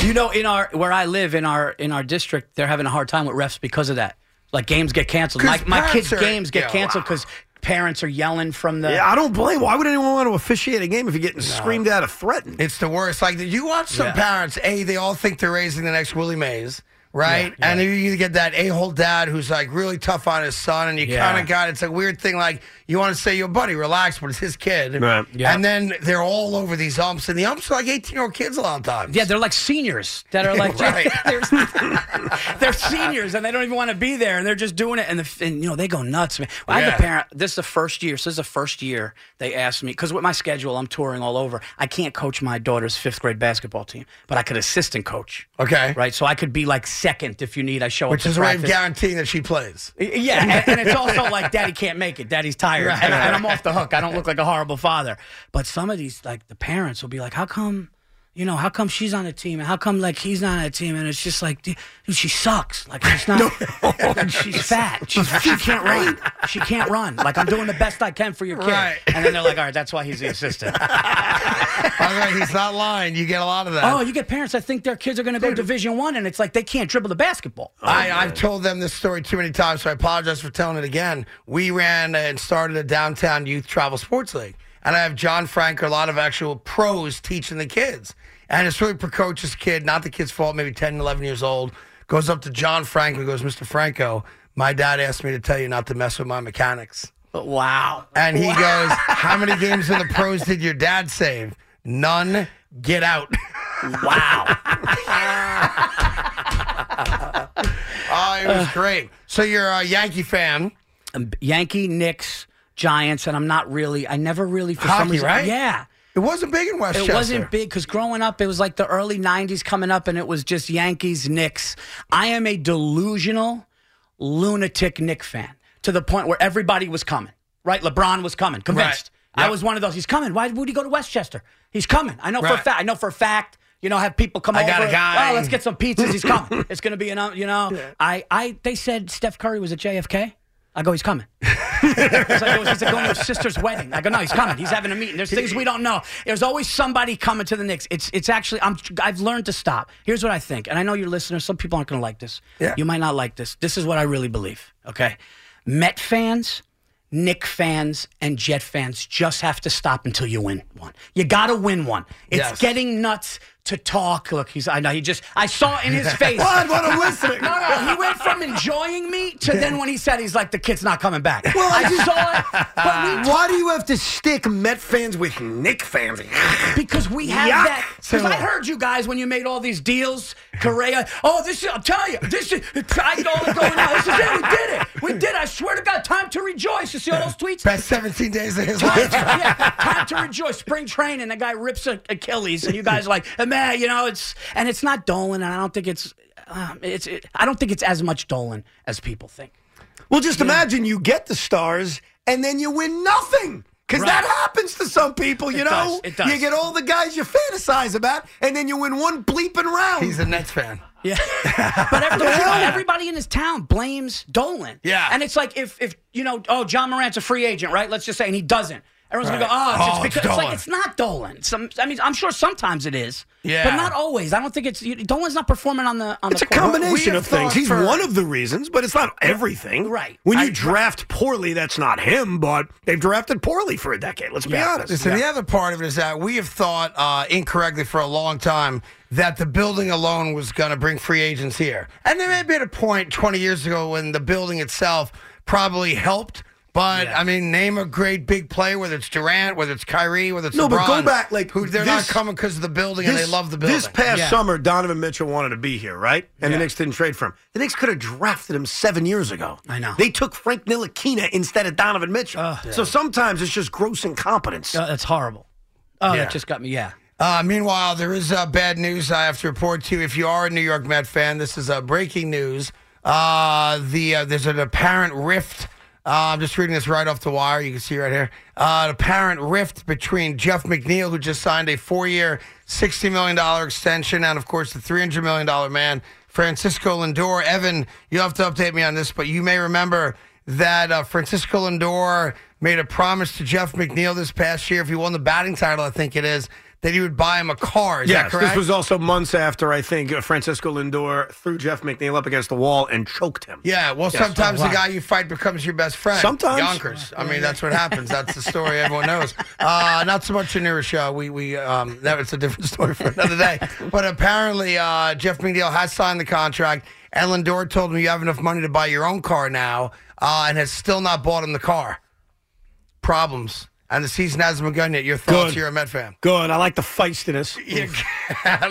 you know, in our where I live in our in our district, they're having a hard time with refs because of that. Like games get canceled. My,
'Cause
my
parents
kids'
are-
games get
yeah,
canceled because parents are yelling from the.
Yeah, I don't blame. Why would anyone want to officiate a game if you're getting screamed at or threatened?
It's the worst. Like you watch some
Yeah.
parents, a they all think they're raising the next Willie Mays, right? And you either get that a-hole dad who's like really tough on his son, and you
Yeah.
kind of got it's a weird thing. Like you want to say, "Your buddy, relax," but it's his kid,
Right.
Yeah.
And then they're all over these umps, and the umps are like eighteen-year-old kids a lot of times.
Yeah, they're like seniors that are like
Right.
they're, they're seniors and they don't even want to be there and they're just doing it and, the, and you know they go nuts. Man. Well, I had
Yeah.
a parent. This is the first year. So this is the first year they asked me because with my schedule, I'm touring all over. I can't coach my daughter's fifth grade basketball team, but I could assistant coach.
Okay.
right? So I could be like second if you need. I show up
Which
to
is a way of
practice.
guaranteeing that she plays.
Yeah, and, and it's also like Daddy can't make it. Daddy's tired, and, and I'm off the hook. I don't look like a horrible father. But some of these, like the parents, will be like, "How come, you know, how come she's on a team, and how come like he's not on a team?" And it's just like, dude, dude, she sucks. Like she's not. and she's fat. She's, she can't run. She can't run. Like I'm doing the best I can for your kid.
Right.
And then they're like, "All right, that's why he's the assistant."
By the way, he's not lying. You get a lot of that.
oh, you get parents that think their kids are going to go Division One, and it's like they can't dribble the basketball.
I, I've told them this story too many times, so I apologize for telling it again. We ran and started a downtown youth travel sports league, and I have John Frank, a lot of actual pros teaching the kids. And it's really precocious kid, not the kid's fault, maybe 10, 11 years old, goes up to John Frank and goes, Mr. Franco, my dad asked me to tell you not to mess with my mechanics.
wow.
And he goes, How many games in the pros did your dad save? None. Get out.
Wow.
Oh, it was great. So you're a Yankee fan.
um, Yankee, Knicks, Giants, and I'm not really. I never really for some
Hockey,
reason.
right?
Yeah.
It wasn't big in
It
Westchester.
wasn't big because growing up, it was like the early '90s coming up, and it was just Yankees, Knicks. I am a delusional, lunatic Knicks fan to the point where everybody was coming. Right, LeBron was coming, convinced.
Right. Yep.
I was one of those. He's coming. Why would he go to Westchester? He's coming. I know for
Right.
a fact. I know for a fact. You know, have people come
I
over.
got a guy.
Oh, let's get some pizzas. He's coming. it's going to be an. You know, I, I. They said Steph Curry was at JFK. I go, he's coming. It's like, it was, he's like going to his sister's wedding. I go, no, he's coming. He's having a meeting. There's things we don't know. There's always somebody coming to the Knicks. It's it's actually I'm I've learned to stop. Here's what I think, and I know your listeners. Some people aren't going to like this.
Yeah.
You might not like this. This is what I really believe. Okay, Met fans. Nick fans and Jet fans just have to stop until you win one. You got to win one. It's
Yes.
getting nuts to talk. Look, he's I know he just I saw in his face.
What? What? I'm listening.
No, no, he went from enjoying me to then when he said he's like the kid's not coming back. Well, I saw it, but
Why do you have to stick Met fans with Nick fans?
we, because we have
Yuck.
that. Because I heard you guys when you made all these deals, Correa. Oh, this is I'm telling you, this is I know what's going on. This is it. We did it. We did. it. I swear to God, time to rejoice. You see all those tweets?
Best 17 days of his
Time,
life.
yeah, time to rejoice. Spring training, the guy rips a Achilles, and you guys are like, "Eh, man, you know, it's and it's not Dolan, and I don't think it's, um, it's, it, I don't think it's as much Dolan as people think.
Well, just imagine you get the stars and then you win nothing. Because that
Right.
happens to some people, you
It
know?
does, it does.
You get all the guys you fantasize about, and then you win one bleeping round.
He's a Nets fan.
Yeah. but everybody, everybody in his town blames Dolan.
Yeah.
And it's like if if you know, oh, John Morant's a free agent, right? Let's just say and he doesn't. Everyone's gonna go, oh, it's
Oh, it's
just because it's,
Dolan.
like it's not Dolan. Some I mean, I'm sure sometimes it is.
Yeah.
But not always. I don't think it's you, Dolan's not performing on the on
It's
the
a
court.
combination
have
of things.
thought
He's
for-
one of the reasons, but it's not everything.
Right.
When you
I-
draft poorly, that's not him, but they've drafted poorly for a decade. Let's be
Yeah.
honest.
Listen, the other part of it is that we have thought uh, incorrectly for a long time that the building alone was going to bring free agents here. And there may be at a point 20 years ago when the building itself probably helped. But I mean, name a great big player, whether it's Durant, whether it's Kyrie, whether it's
No, but
LeBron,
go back, like,
who they're not
this-
coming because of the building and they love the building.
This past
Yeah.
summer, Donovan Mitchell wanted to be here, right? And the Knicks didn't trade for him. The Knicks could have drafted him seven years ago.
I know.
They took Frank Nilakina instead of Donovan Mitchell. so sometimes it's just gross incompetence.
Uh, that's horrible. Oh,
Yeah.
that just got me. Yeah.
Uh, meanwhile, there is uh, bad news I have to report to you. If you are a New York Met fan, this is uh, breaking news. Uh, the uh, there's an apparent rift. Uh, I'm just reading this right off the wire. You can see right here. Uh, an apparent rift between Jeff McNeil, who just signed a four-year, sixty million dollar extension, and of course the three hundred million dollar man Francisco Lindor. Evan, you'll have to update me on this, but you may remember that uh, Francisco Lindor made a promise to Jeff McNeil this past year, if he won the batting title, I think it is, that he would buy him a car. Is that
yes,
correct?
this was also months after I think uh, Francisco Lindor threw Jeff McNeil up against the wall and choked him.
Yeah, well,
Yes.
sometimes
Oh,
the
wow.
guy you fight becomes your best friend.
Sometimes.
Yonkers. I mean, that's what happens. That's the story everyone knows. Uh, not so much in Irishah. We we um, that was a different story for another day. But apparently, uh, Jeff McNeil has signed the contract. Ellen Dorr told him you have enough money to buy your own car now, uh, and has still not bought him the car. Problems, and the season hasn't begun yet. Your thoughts?
Good.
You're a Met fan.
Good. I like the feistiness.
You-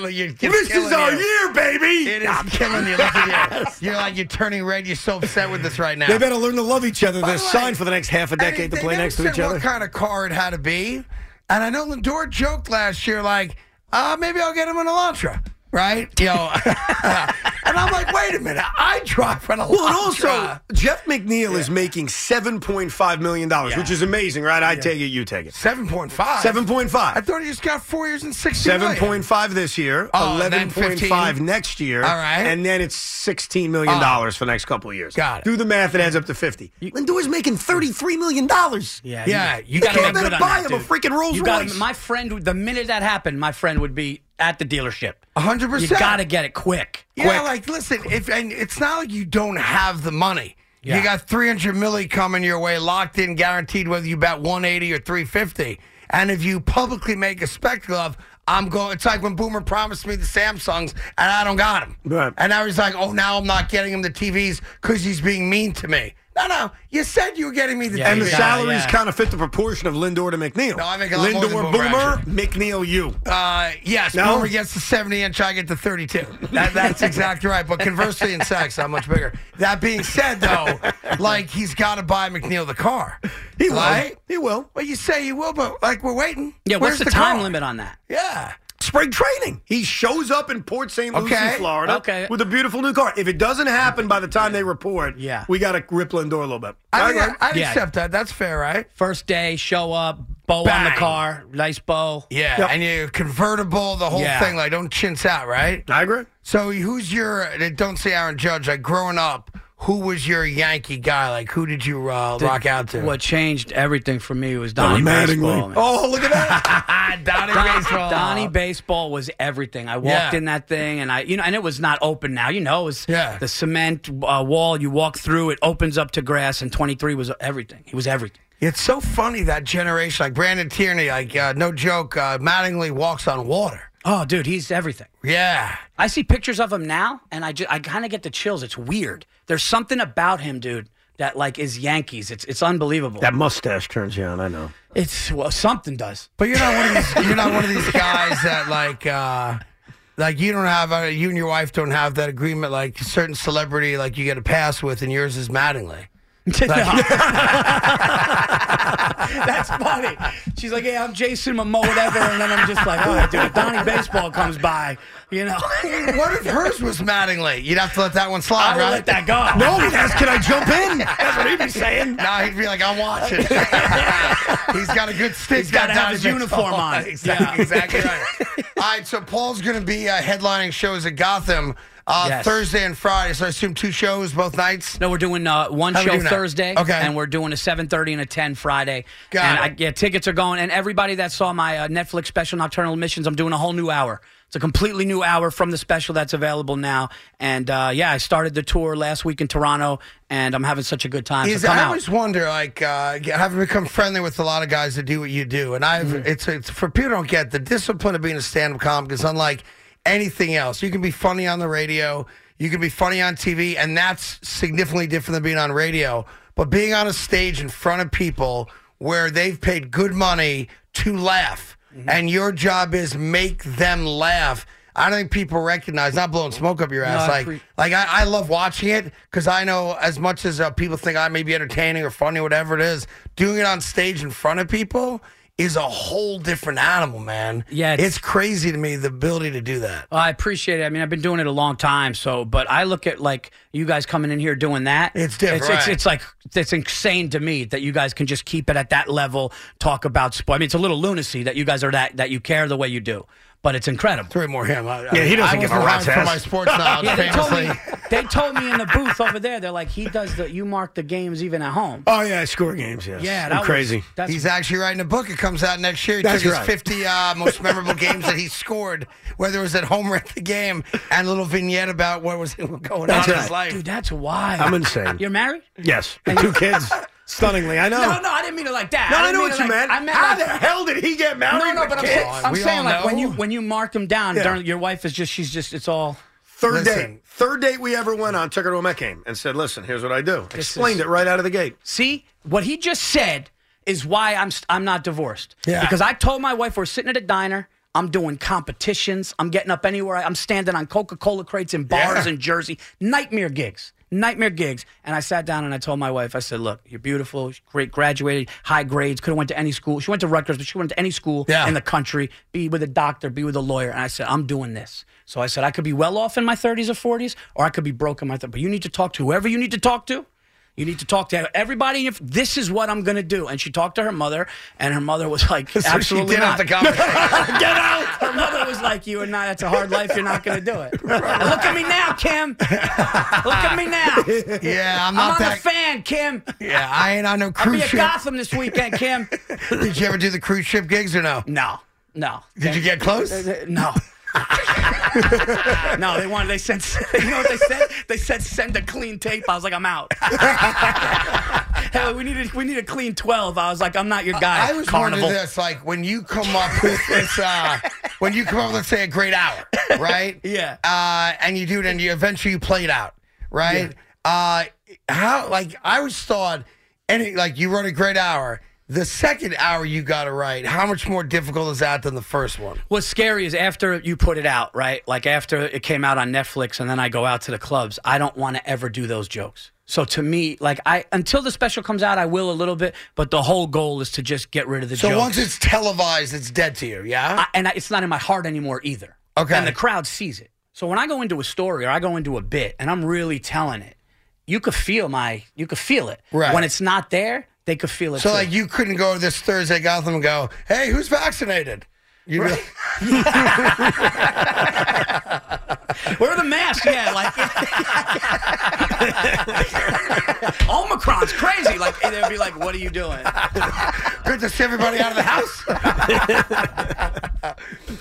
you- it's
This is
killing
our
you.
year, baby.
It is killing you. Look at you. You're like you're turning red. You're so upset with this right now.
They better learn to love each other.
By
They're
the way,
signed for the next half a decade
and
to
they
play
never
next to
said
each other.
What kind of car it had to be? And I know Lindor joked last year, like, uh, maybe I'll get him an Elantra, right? Yo, and I'm like, wait a minute, I drive an Elantra.
Well, and also Jeff McNeil is making seven point five million dollars, which is amazing, right? I take it, you take it.
seven point five.
Seven point
I
five.
thought he just got four years and six.
Seven point five this year,
Oh, and then
eleven point five
15.
next year,
All right. Ah.
and then it's sixteen million dollars for the next couple of years.
Got it.
Do the math; it adds up to fifty. Lindor's making thirty-three million dollars.
Yeah,
Yeah,
you,
you
got to
can't
let
good
him
on
buy
that,
him a
dude.
freaking Rolls
You gotta-
Royce.
My friend, the minute that happened, my friend would be at the dealership.
hundred
You
percent.
got to get it quick.
Yeah, like listen, if and it's not like you don't have the money.
Yeah.
You got 300 milli coming your way, locked in, guaranteed, whether you bet 180 or 350. And if you publicly make a spectacle of, I'm going, it's like when Boomer promised me the Samsungs and I don't got them.
Right.
And now he's like, oh, now I'm not getting him the TVs because he's being mean to me. No, no, you said you were getting me the
Yeah,
And
TVs.
the
Yeah,
salaries
yeah.
kind of fit the proportion of Lindor to McNeil.
No, I make a lot more
Lindor
than Boomer,
McNeil you.
Uh, yes,
No?
Boomer gets the 70 inch, I get the 32. That, that's exactly right. But conversely, in sex, I'm much bigger. That being said, though, like he's got to buy McNeil the car.
He will.
Right?
He will.
Well, you say he will, but like we're waiting.
Yeah,
Where's
what's the, time
car?
limit on that?
Yeah.
spring training. He shows up in Port St. Lucie,
Okay.
Florida,
Okay.
with a beautiful new car. If it doesn't happen by the time they report,
Yeah.
we got to rip Lindor a little bit.
I mean,
All right.
I, would
Yeah.
accept that. That's fair, right?
First day, show up, bow on the
Bang.
car, nice bow.
Yeah.
Yep.
And you convertible, the whole
Yeah.
thing. Like, don't chintz out, right?
I agree.
So, who's your, don't say Aaron Judge, like growing up, who was your Yankee guy? Like, who did you uh, rock out to?
What changed everything for me was Donnie Baseball. man.
Oh, look at that.
Donnie Baseball.
Donnie Baseball was everything. I walked
Yeah.
in that thing, and I, you know, and it was not open now. You know, it was
Yeah.
the cement uh, wall. You walk through, it opens up to grass, and 23 was everything. He was everything.
It's so funny that generation, like Brandon Tierney, like uh, no joke, uh, Mattingly walks on water.
Oh, dude, he's everything.
Yeah,
I see pictures of him now, and I, ju- I kind of get the chills. It's weird. There's something about him, dude, that like is Yankees. It's it's unbelievable.
that mustache turns you on, I know.
it's well, something does.
but you're not one of these. you're not one of these guys that like, uh, like you don't have. Uh, you and your wife don't have that agreement. Like certain celebrity, like you get a pass with, and yours is Mattingly.
That's funny. She's like, "Yeah, I'm Jason Momoa, whatever," and then I'm just like, "All right, dude. If Donnie Baseball comes by, you know,
What if hers was Mattingly? You'd have to let that one
I
slide,
would
right?
let that go."
No, he asked, can I jump in? That's what he'd be saying.
No, he'd be like, I'm watching. He's got a good stick.
He's gotta
that
have his
Donnie
uniform
Baseball.
on.
Exactly,
Yeah.
exactly right. All right, so Paul's going to be uh, headlining shows at Gotham uh,
Yes.
Thursday and Friday. So I assume two shows both nights.
No, we're doing uh, one
How we
show
doing that?
Thursday,
Okay.
and we're doing a seven thirty and a ten Friday.
Got
and I,
it.
yeah, tickets are going. And everybody that saw my uh, Netflix special, Nocturnal Emissions, I'm doing a whole new hour. It's a completely new hour from the special that's available now. And uh, yeah, I started the tour last week in Toronto, and I'm having such a good time.
Is,
so come
I
out.
always wonder, like, uh, having become friendly with a lot of guys that do what you do, and I've
Mm-hmm.
it's, it's for people who don't get the discipline of being a stand-up comic is unlike anything else. You can be funny on the radio, you can be funny on TV, and that's significantly different than being on radio. But being on a stage in front of people where they've paid good money to laugh,
Mm-hmm.
and your job is make them laugh. I don't think people recognize. Not blowing smoke up your ass,
I
like
agree.
like I, I love watching it because I know as much as uh, people think I may be entertaining or funny, whatever it is, doing it on stage in front of people is a whole different animal, man.
Yeah,
it's,
it's- Uh,
crazy to me the ability to do that.
Well, I appreciate it. I mean, I've been doing it a long time, so but I look at like you guys coming in here doing that.
It's different,
It's, it's,
right.
it's like it's insane to me that you guys can just keep it at that level. Talk about sport. I mean, it's a little lunacy that you guys are that that you care the way you do. but it's incredible.
Three more him. I,
Yeah, he doesn't give a rat's
for
ass.
my sports knowledge.
Yeah,
they told, me,
famously.
they told me in the booth over there, they're like, he does the, you mark the games even at home.
Oh yeah, I score games. Yes.
Yeah,
I'm
that was-
crazy.
That's,
He's actually writing a book. It comes out next year. He
That's
took
right.
his 50 uh, most memorable games that he scored, whether it was at home or at the game, and a little vignette about what was going
That's
on in
right.
his life.
dude, that's wild.
I'm insane.
You're married?
Yes, the two kids. Stunningly, I know.
No, no, I didn't mean it like that.
No, I,
didn't
know
mean
what
it
you
like-
meant.
I meant
How
like-
the hell did he get married?
No, no,
with
but I'm
kids?
saying, I'm
We
saying
all
like when
know.
you when you mark them down,
Yeah.
during, your wife is just she's just it's all.
Third
Listen.
date. Third date we ever went on, took her to a Met game and said, listen, here's what I do. Explained
is-
it right out of the gate.
See what he just said is why I'm st- I'm not divorced.
Yeah.
Because I told my wife we're sitting at a diner. I'm doing competitions. I'm getting up anywhere. I- I'm standing on Coca-Cola crates in bars in Jersey. Nightmare gigs. Nightmare gigs. And I sat down and I told my wife, I said, "Look, you're beautiful. She's Great, graduated, high grades. Could have went to any school. She went to Rutgers, but she went to any school
Yeah.
in the country. Be with a doctor. Be with a lawyer." And I said, "I'm doing this." So I said, "I could be well off in my 30s or 40s, or I could be broke in my 30s. But you need to talk to whoever you need to talk to." You need to talk to everybody. If this is what I'm going to do, and she talked to her mother, and her mother was like, "Absolutely
Get out
not."
the conversation.
Get out! Her mother was like, "You and I, that's a hard life. You're not going to do it." And Look at me now, Kim. Look at me now.
yeah, I'm
I'm
not
on
that.
the fan, Kim.
yeah, I ain't on no
I'll be
cruise
at
ship.
Gotham this weekend, Kim.
Did you ever do the cruise ship gigs or no?
No, no.
Did you get close?
Uh, No. no, they wanted. They sent. You know what they said? They said send a clean tape. I was like, I'm out. hey, we needed. We need a clean twelve. I was like, I'm not your guy.
I was
Carnival.
wondering this, like when you come up with this, uh, when you come up, with, let's say a great hour, right?
Yeah.
Uh, and you do it, and you eventually you play it out, right? Uh, how? Like I always thought, any like you run a great hour. The second hour you got it right. How much more difficult is that than the first one?
What's scary is after you put it out, right? Like after it came out on Netflix, and then I go out to the clubs. I don't want to ever do those jokes. So to me, like I until the special comes out, I will a little bit. But the whole goal is to just get rid of the
So
jokes.
once it's televised, it's dead to you. Yeah.
I, and I, it's not in my heart anymore either.
Okay.
And the crowd sees it. So when I go into a story or I go into a bit and I'm really telling it, you could feel my, you could feel it.
Right.
When it's not there, they could feel it.
so
too.
like you couldn't go to this Thursday Gotham and go, hey, who's vaccinated? You right.
wear the mask, yeah. Like Omicron's crazy. Like and they'd be like, "What are you doing?"
Good to see everybody out of the house.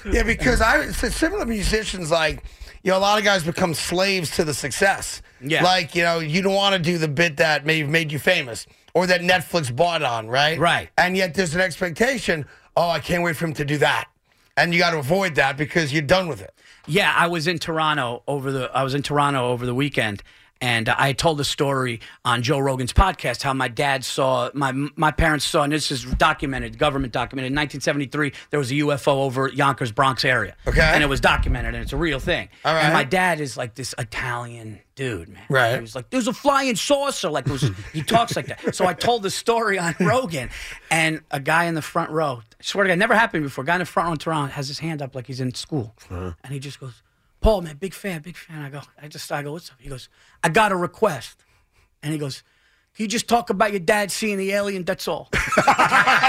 yeah, because I it's similar musicians like you know a lot of guys become slaves to the success.
Yeah.
Like you know you don't want to do the bit that may have made you famous or that Netflix bought on right.
Right.
And yet there's an expectation. Oh, I can't wait for him to do that. And you got to avoid that because you're done with it.
Yeah, I was in Toronto over the I was in Toronto over the weekend and I had told the story on Joe Rogan's podcast how my dad saw my my parents saw and this is documented government documented in 1973 there was a UFO over Yonkers Bronx area.
Okay.
And it was documented and it's a real thing.
All right.
And my dad is like this Italian dude, man.
Right.
He was like there's a flying saucer like it was, he talks like that. So I told the story on Rogan and a guy in the front row I swear to God, never happened before. guy in the front row in Toronto has his hand up like he's in school. And he just goes, Paul, man, big fan, big fan. I go, I just, I go, what's up? He goes, I got a request. And he goes, can you just talk about your dad seeing the alien? That's all.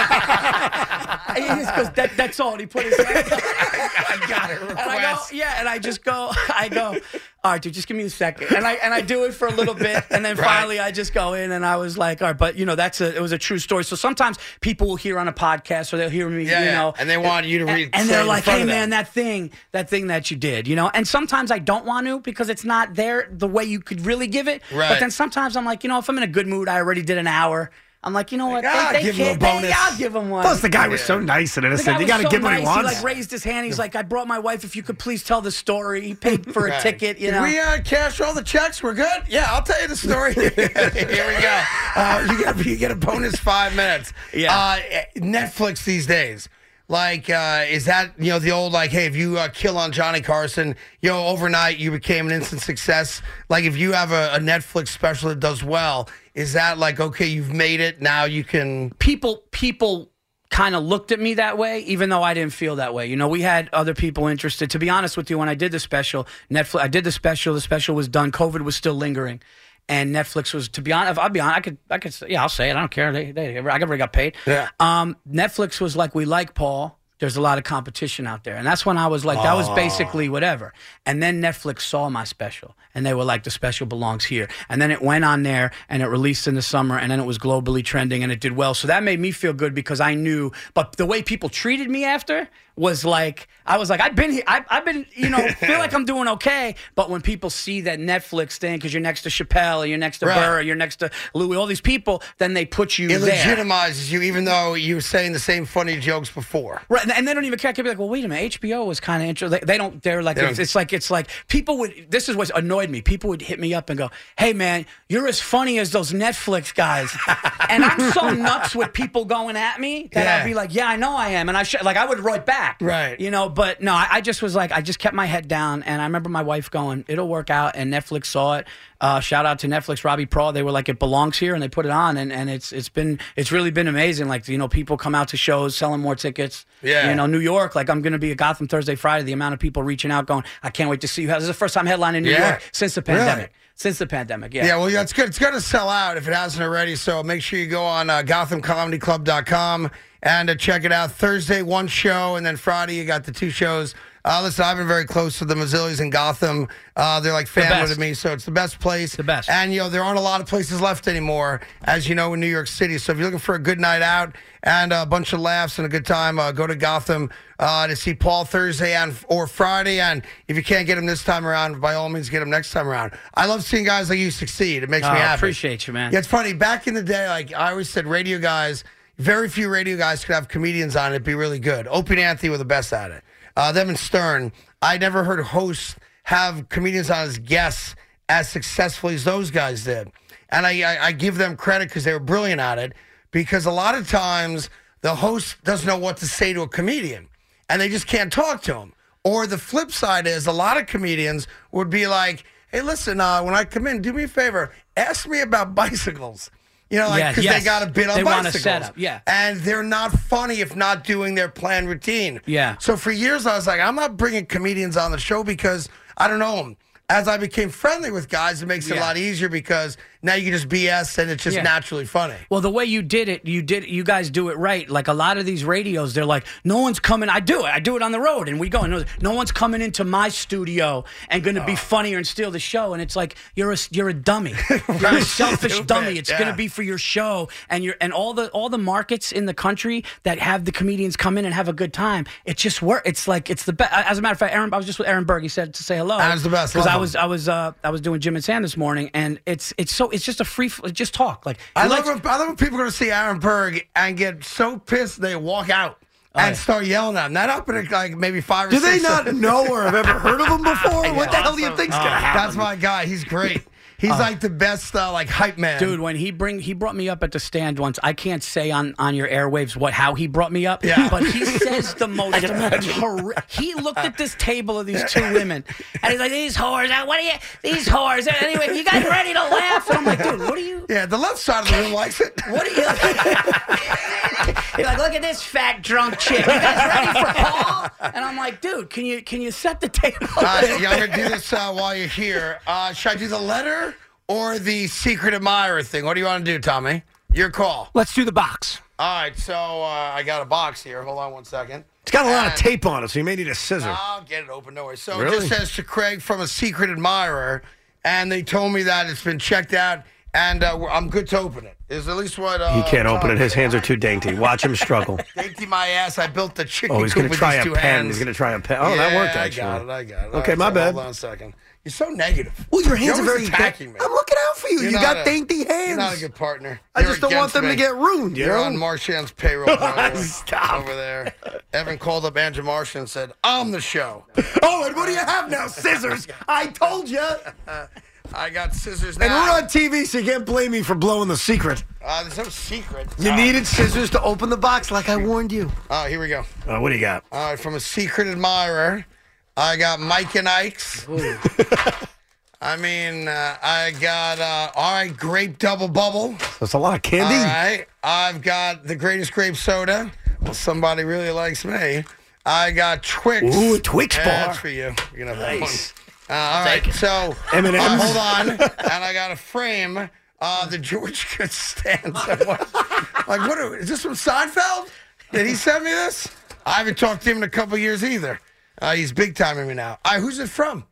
and he just goes, that, that's all. And he put his hand
I got it.
and I go,
Request.
yeah, and I just go, I go, all right, dude, just give me a second, and I and I do it for a little bit, and then finally I just go in, and I was like, all right, but you know, that's a it was a true story. So sometimes people will hear on a podcast, or they'll hear me,
Yeah,
you
yeah.
know,
And they want you to read-
and, and
say it
they're
in
like,
front
hey
of them.
man, that thing, that thing that you did, you know, and sometimes I don't want to because it's not there the way you could really give it, but
Right.
then sometimes I'm like, you know, if I'm in a good mood, I already did an hour. I'm like, you know what?
I'll
they, they
give 'em a
can't- they-
bonus.
I'll give them one.
Plus, the guy was so nice and
The guy
innocent. You
was
got to
so
give him what he
nice.
wants.
He like raised his hand. He's like, "I brought my wife. If you could please tell the story." He paid for a
Right.
ticket. You
Did
know,
we uh, cash all the checks. We're good. Yeah, I'll tell you the story. Here we go. Uh, you get you get a bonus five minutes.
Yeah.
Uh, Netflix these days. Like, uh, is that you know the old like, hey, if you uh, kill on Johnny Carson, you know, overnight you became an instant success. Like, if you have a, a Netflix special that does well, is that like okay, you've made it now? You can.
people people kind of looked at me that way, even though I didn't feel that way. You know, we had other people interested. To be honest with you, when I did the special, Netflix, I did the special. The special was done. COVID was still lingering. And Netflix was, to be honest, I'll be honest, I could, I could, say- yeah, I'll say it. I don't care. They, they, I already got paid.
Yeah.
Um, Netflix was like, we like Paul. there's a lot of competition out there. And that's when I was like, that was basically whatever. And then Netflix saw my special and they were like, the special belongs here. And then it went on there and it released in the summer and then it was globally trending and it did well. So that made me feel good because I knew, but the way people treated me after was like, I was like, I've been here, I've, I've been, you know, feel like I'm doing okay. But when people see that Netflix thing, because you're next to Chappelle, or you're next to
Right.
Burr, or you're next to Louis, all these people, then they put you
It
there.
legitimizes you, even though you were saying the same funny jokes before.
Right, and- and they don't even care. I could be like, well, wait a minute. HBO was kind of interesting. They, they don't. They're like,
They don't-
it's, it's like it's like people would. This is what annoyed me. People would hit me up and go, "Hey, man, you're as funny as those Netflix guys," and I'm so nuts with people going at me that
Yeah.
I'd be like, "Yeah, I know I am," and I should like I would write back,
Right.
You know, but no, I, I just was like, I just kept my head down, and I remember my wife going, "It'll work out," and Netflix saw it. Uh, shout out to Netflix, Robbie Praw. They were like, "It belongs here," and they put it on, and, and it's it's been it's really been amazing. Like you know, people come out to shows, selling more tickets.
Yeah.
You know, New York, like I'm going to be at Gotham Thursday, Friday. The amount of people reaching out, going, I can't wait to see you. This is the first time headline in New
Yeah.
York since the
Really?
pandemic. Since the pandemic, yeah.
Yeah, well, yeah, it's good. It's going to sell out if it hasn't already. So make sure you go on uh, GothamComedyClub.com and uh, check it out. Thursday, one show, and then Friday, you got the two shows. Uh, listen, I've been very close to the Mazzilli's in Gotham. Uh, they're like family
best.
to me, so it's the best place.
The best.
And, you know, there aren't a lot of places left anymore, as you know, in New York City. So if you're looking for a good night out and a bunch of laughs and a good time, uh, go to Gotham uh, to see Paul Thursday and or Friday. And if you can't get him this time around, by all means, get him next time around. I love seeing guys like you succeed. It makes
Oh,
me
I
happy.
appreciate you, man.
Yeah, it's funny. Back in the day, like I always said, radio guys, very few radio guys could have comedians on it, be really good. Opie and Anthony were the best at it. Uh, them and Stern. I never heard hosts have comedians on as guests as successfully as those guys did. And I, I, I give them credit because they were brilliant at it. Because a lot of times the host doesn't know what to say to a comedian and they just can't talk to him. Or the flip side is a lot of comedians would be like, "Hey, listen, uh, when I come in, do me a favor, ask me about bicycles." You know, like
Yeah,
because
yes.
they got a bit on
They want a
bicycles,
setup, yeah.
and they're not funny if not doing their planned routine.
Yeah.
So for years, I was like, I'm not bringing comedians on the show because I don't know them. As I became friendly with guys, it makes it a
Yeah.
lot easier because now you can just BS and it's just
Yeah.
naturally funny.
Well, the way you did it, you did you guys do it right. Like a lot of these radios, they're like, no one's coming. I do it. I do it on the road, and we go. And no one's coming into my studio and going to
Oh.
be funnier and steal the show. And it's like you're a you're a dummy. You're a selfish
Stupid.
dummy. It's
Yeah.
going to be for your show and your and all the all the markets in the country that have the comedians come in and have a good time. It just work. It's like it's the best. As a matter of fact, Aaron, I was just with Aaron Berg. He said to say hello.
Aaron's the best.
because
Love
I
him.
was I was uh, I was doing Jim and Sam this morning, and it's it's so it's just a free f- just talk. Like
I
he
love,
likes-
when, I love when people are going to see Aaron Berg and get so pissed they walk out and
yeah.
start yelling at him. That happened at like maybe five or
Oh, Do
six.
they not know or have ever heard of him before? What the hell do you think's gonna Oh. happen?
That's my guy. He's great. He's like the best uh, like hype man.
Dude, when he bring he brought me up at the stand once. I can't say on on your airwaves what how he brought me up.
Yeah.
But he says the most. horri- he looked at this table of these two women, and he's like, "These whores! uh, What are you? These whores! uh, Anyway, you guys ready to laugh?" And I'm like, "Dude, what are you?"
Yeah, the left side of the room likes it.
What are you? You're like, look at this fat drunk chick. You guys ready for Paul? And I'm like, dude, can you can you set the table?
Uh, yeah, I'm going to do this uh, while you're here. Uh, should I do the letter or the secret admirer thing? What do you want to do, Tommy? Your call.
Let's do the box.
All right, so uh, I got a box here. Hold on one second.
It's got a lot of
And-
tape on it, so you may need a scissor.
I'll get it open. No worries. So it
Really?
just says to Craig from a secret admirer, and they told me that it's been checked out, and uh, we're- I'm good to open it. Is at least what uh,
He can't open
Tom
it. His
said.
hands are too dainty. Watch him struggle.
Dainty my ass. I built the chicken
Oh, he's
coop
gonna
with
try
these
a
two
pen.
hands.
He's gonna try a pen. Oh, that
Yeah,
worked,
I got it.
actually.
I got it. All
Okay, my
so
bad.
Hold on a second. You're so negative.
Well, your
You're
hands are
always
very
attacking me.
I'm looking out for you.
You're
you
not
got
a-
dainty
You're
hands.
not a good partner.
I
You're
just don't want
against
them
me.
to get ruined. You
You're
know?
on Marchand's payroll. by the way,
Stop.
over there. Evan called up Andrew Martian and said, "I'm the show."
oh, and what do you have now? Scissors. I told you.
I got scissors now.
And we're on TV, so you can't blame me for blowing the secret.
Uh, there's no secret.
You
Uh,
needed scissors to open the box, like I warned you.
Oh, here we go.
Uh, what do you got?
All right, from a secret admirer, I got Mike and Ike's. I mean, uh, I got uh, all right, grape double bubble.
That's a lot of candy.
All
Uh,
right, I've got the greatest grape soda. Well, somebody really likes me. I got Twix.
Ooh, a Twix
Yeah,
bar.
That's for you. You can have
Nice.
that one. Uh, all right, so
M&Ms.
uh, hold on, and I got a frame. Uh, the George Costanza. one. like, what? Are, is this from Seinfeld? Did he send me this? I haven't talked to him in a couple years either. Uh, he's big timing me now. Uh, who's it from?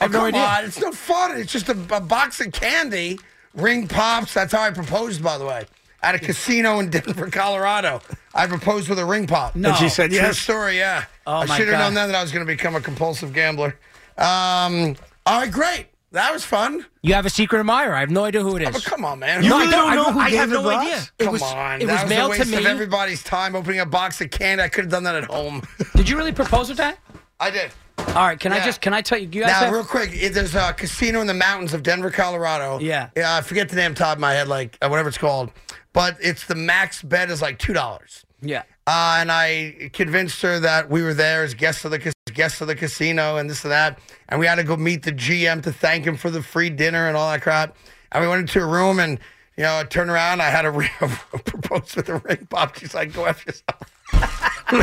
I have no
oh, come
idea.
on. It's no fun. It's just a, a box of candy, ring pops. That's how I proposed, by the way, at a casino in Denver, Colorado. I proposed with a ring pop.
No. And she said
True
yes?
story, yeah.
Oh,
I
my
should have
God.
known then that I was going to become a compulsive gambler. Um, all right, great. That was fun. Oh,
You have a secret admirer. I have no idea who it is.
But come on, man.
You really don't know who David Ross? It
Come
was-
on.
it
that
was
was a
mailed to
waste of
me.
everybody's time opening a box of candy. I could have done that at home.
Did you really propose with that?
I did.
All right. Can I
Yeah.
just? Can I tell you? you guys
now,
have-
real quick, it- there's a casino in the mountains of Denver, Colorado.
Yeah.
Yeah, I forget the name top of my head, like uh, whatever it's called, but it's the max bet is like two dollars.
Yeah.
Uh, and I convinced her that we were there as guests of the cas- guests of the casino and this and that, and we had to go meet the GM to thank him for the free dinner and all that crap. And we went into a room and you know I turned around, I had a, ring, proposed with a ring pop. She's like, "Go after yourself."
so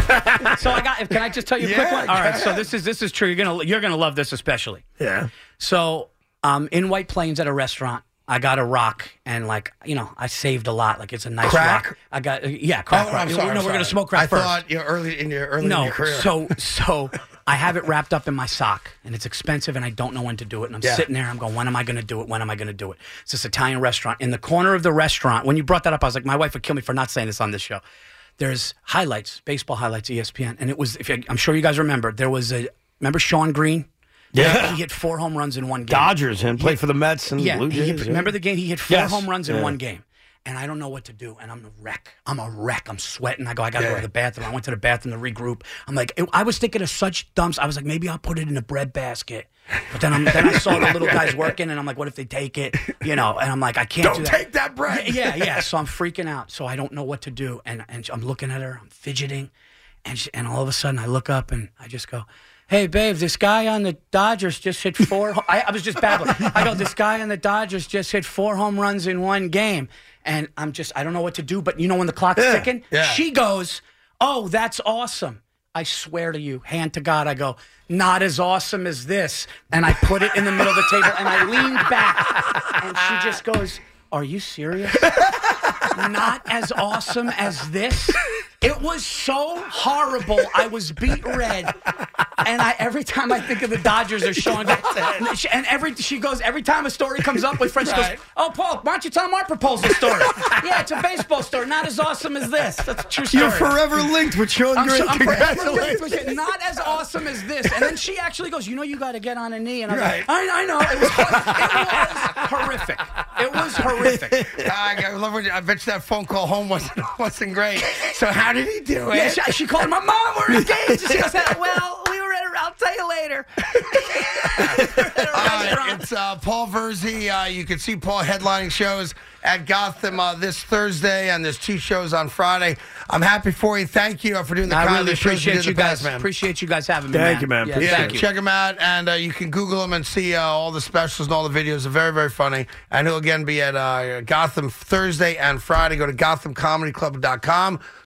I got. Can I just tell you a quick
Yeah,
one? All
go
right. So
ahead.
this is this is true. You're gonna you're gonna love this especially.
Yeah.
So um, in White Plains at a restaurant, I got a rock and like you know I saved a lot. Like it's a nice
Crack?
rock. I got yeah crack.
Oh,
rock.
I'm sorry,
no,
I'm
we're gonna
sorry.
smoke crack
I
first.
thought you know, early in your early
no,
in your career.
so so I have it wrapped up in my sock, and it's expensive, and I don't know when to do it. And I'm
Yeah.
sitting there, I'm going, when am I going to do it? When am I going to do it? It's this Italian restaurant in the corner of the restaurant. When you brought that up, I was like, my wife would kill me for not saying this on this show. There's highlights, baseball highlights, E ESPN, and it was. If you, I'm sure you guys remember, there was a remember Sean Green.
Yeah.
he hit four home runs in one game.
Dodgers and played for the Mets and
yeah,
Blue
he-
Jays.
remember the game? He hit four
Yes.
home runs in
Yeah.
one game. And I don't know what to do, and I'm a wreck. I'm a wreck. I'm sweating. I go, I gotta go
Yeah.
to the bathroom. I went to the bathroom to regroup. I'm like, I was thinking of such dumps. I was like, maybe I'll put it in a bread basket. But then, I'm, then I saw the little guys working, and I'm like, what if they take it? You know? And I'm like, I can't
Don't
do that.
take that bread.
Yeah, yeah. So I'm freaking out. So I don't know what to do, and and I'm looking at her. I'm fidgeting, and she, and all of a sudden I look up and I just go, "Hey, babe, this guy on the Dodgers just hit four. ho-" I, I was just babbling. I go, "This guy on the Dodgers just hit four home runs in one game," and I'm just I don't know what to do. But you know when the clock's
Yeah,
ticking,
yeah.
she goes, "Oh, that's awesome." I swear to you, hand to God, I go, not as awesome as this. And I put it in the middle of the table and I leaned back. And she just goes, Are you serious? not as awesome as this. It was so horrible. I was beat red, and I every time I think of the Dodgers are showing back, and she- and every she goes every time a story comes up with friends she
Right.
goes, "Oh, Paul, why don't you tell them our proposal story? yeah, it's a baseball story, not as awesome as this. That's a true story."
You're forever linked with Sean
I'm
Green.
so- I'm forever linked with
Congratulations.
you. not as awesome as this. And then she actually goes, "You know, you got to get on a knee." And I was
Right.
like, "I, I know." It was, it was horrific. It was horrific.
I, I love when you- I bet you that phone call home wasn't wasn't great. So how did he do it?
Yeah, she, she called my mom. We're engaged. She goes, "Well, we were at a. I'll tell you later."
All right, it's uh, Paul Verzi. Uh, you can see Paul headlining shows at Gotham uh, this Thursday, and there's two shows on Friday. I'm happy for you. Thank you uh, for doing the
I
comedy
really
shows did in
appreciate
the
you guys.
past, man.
Appreciate you guys having me.
Thank you, man.
Yeah,
Appreciate
yeah,
thank you.
check him out, and uh, you can Google him and see uh, all the specials and all the videos. They're very, very funny. And he'll again be at uh, Gotham Thursday and Friday. Go to GothamComedyClub.com.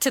to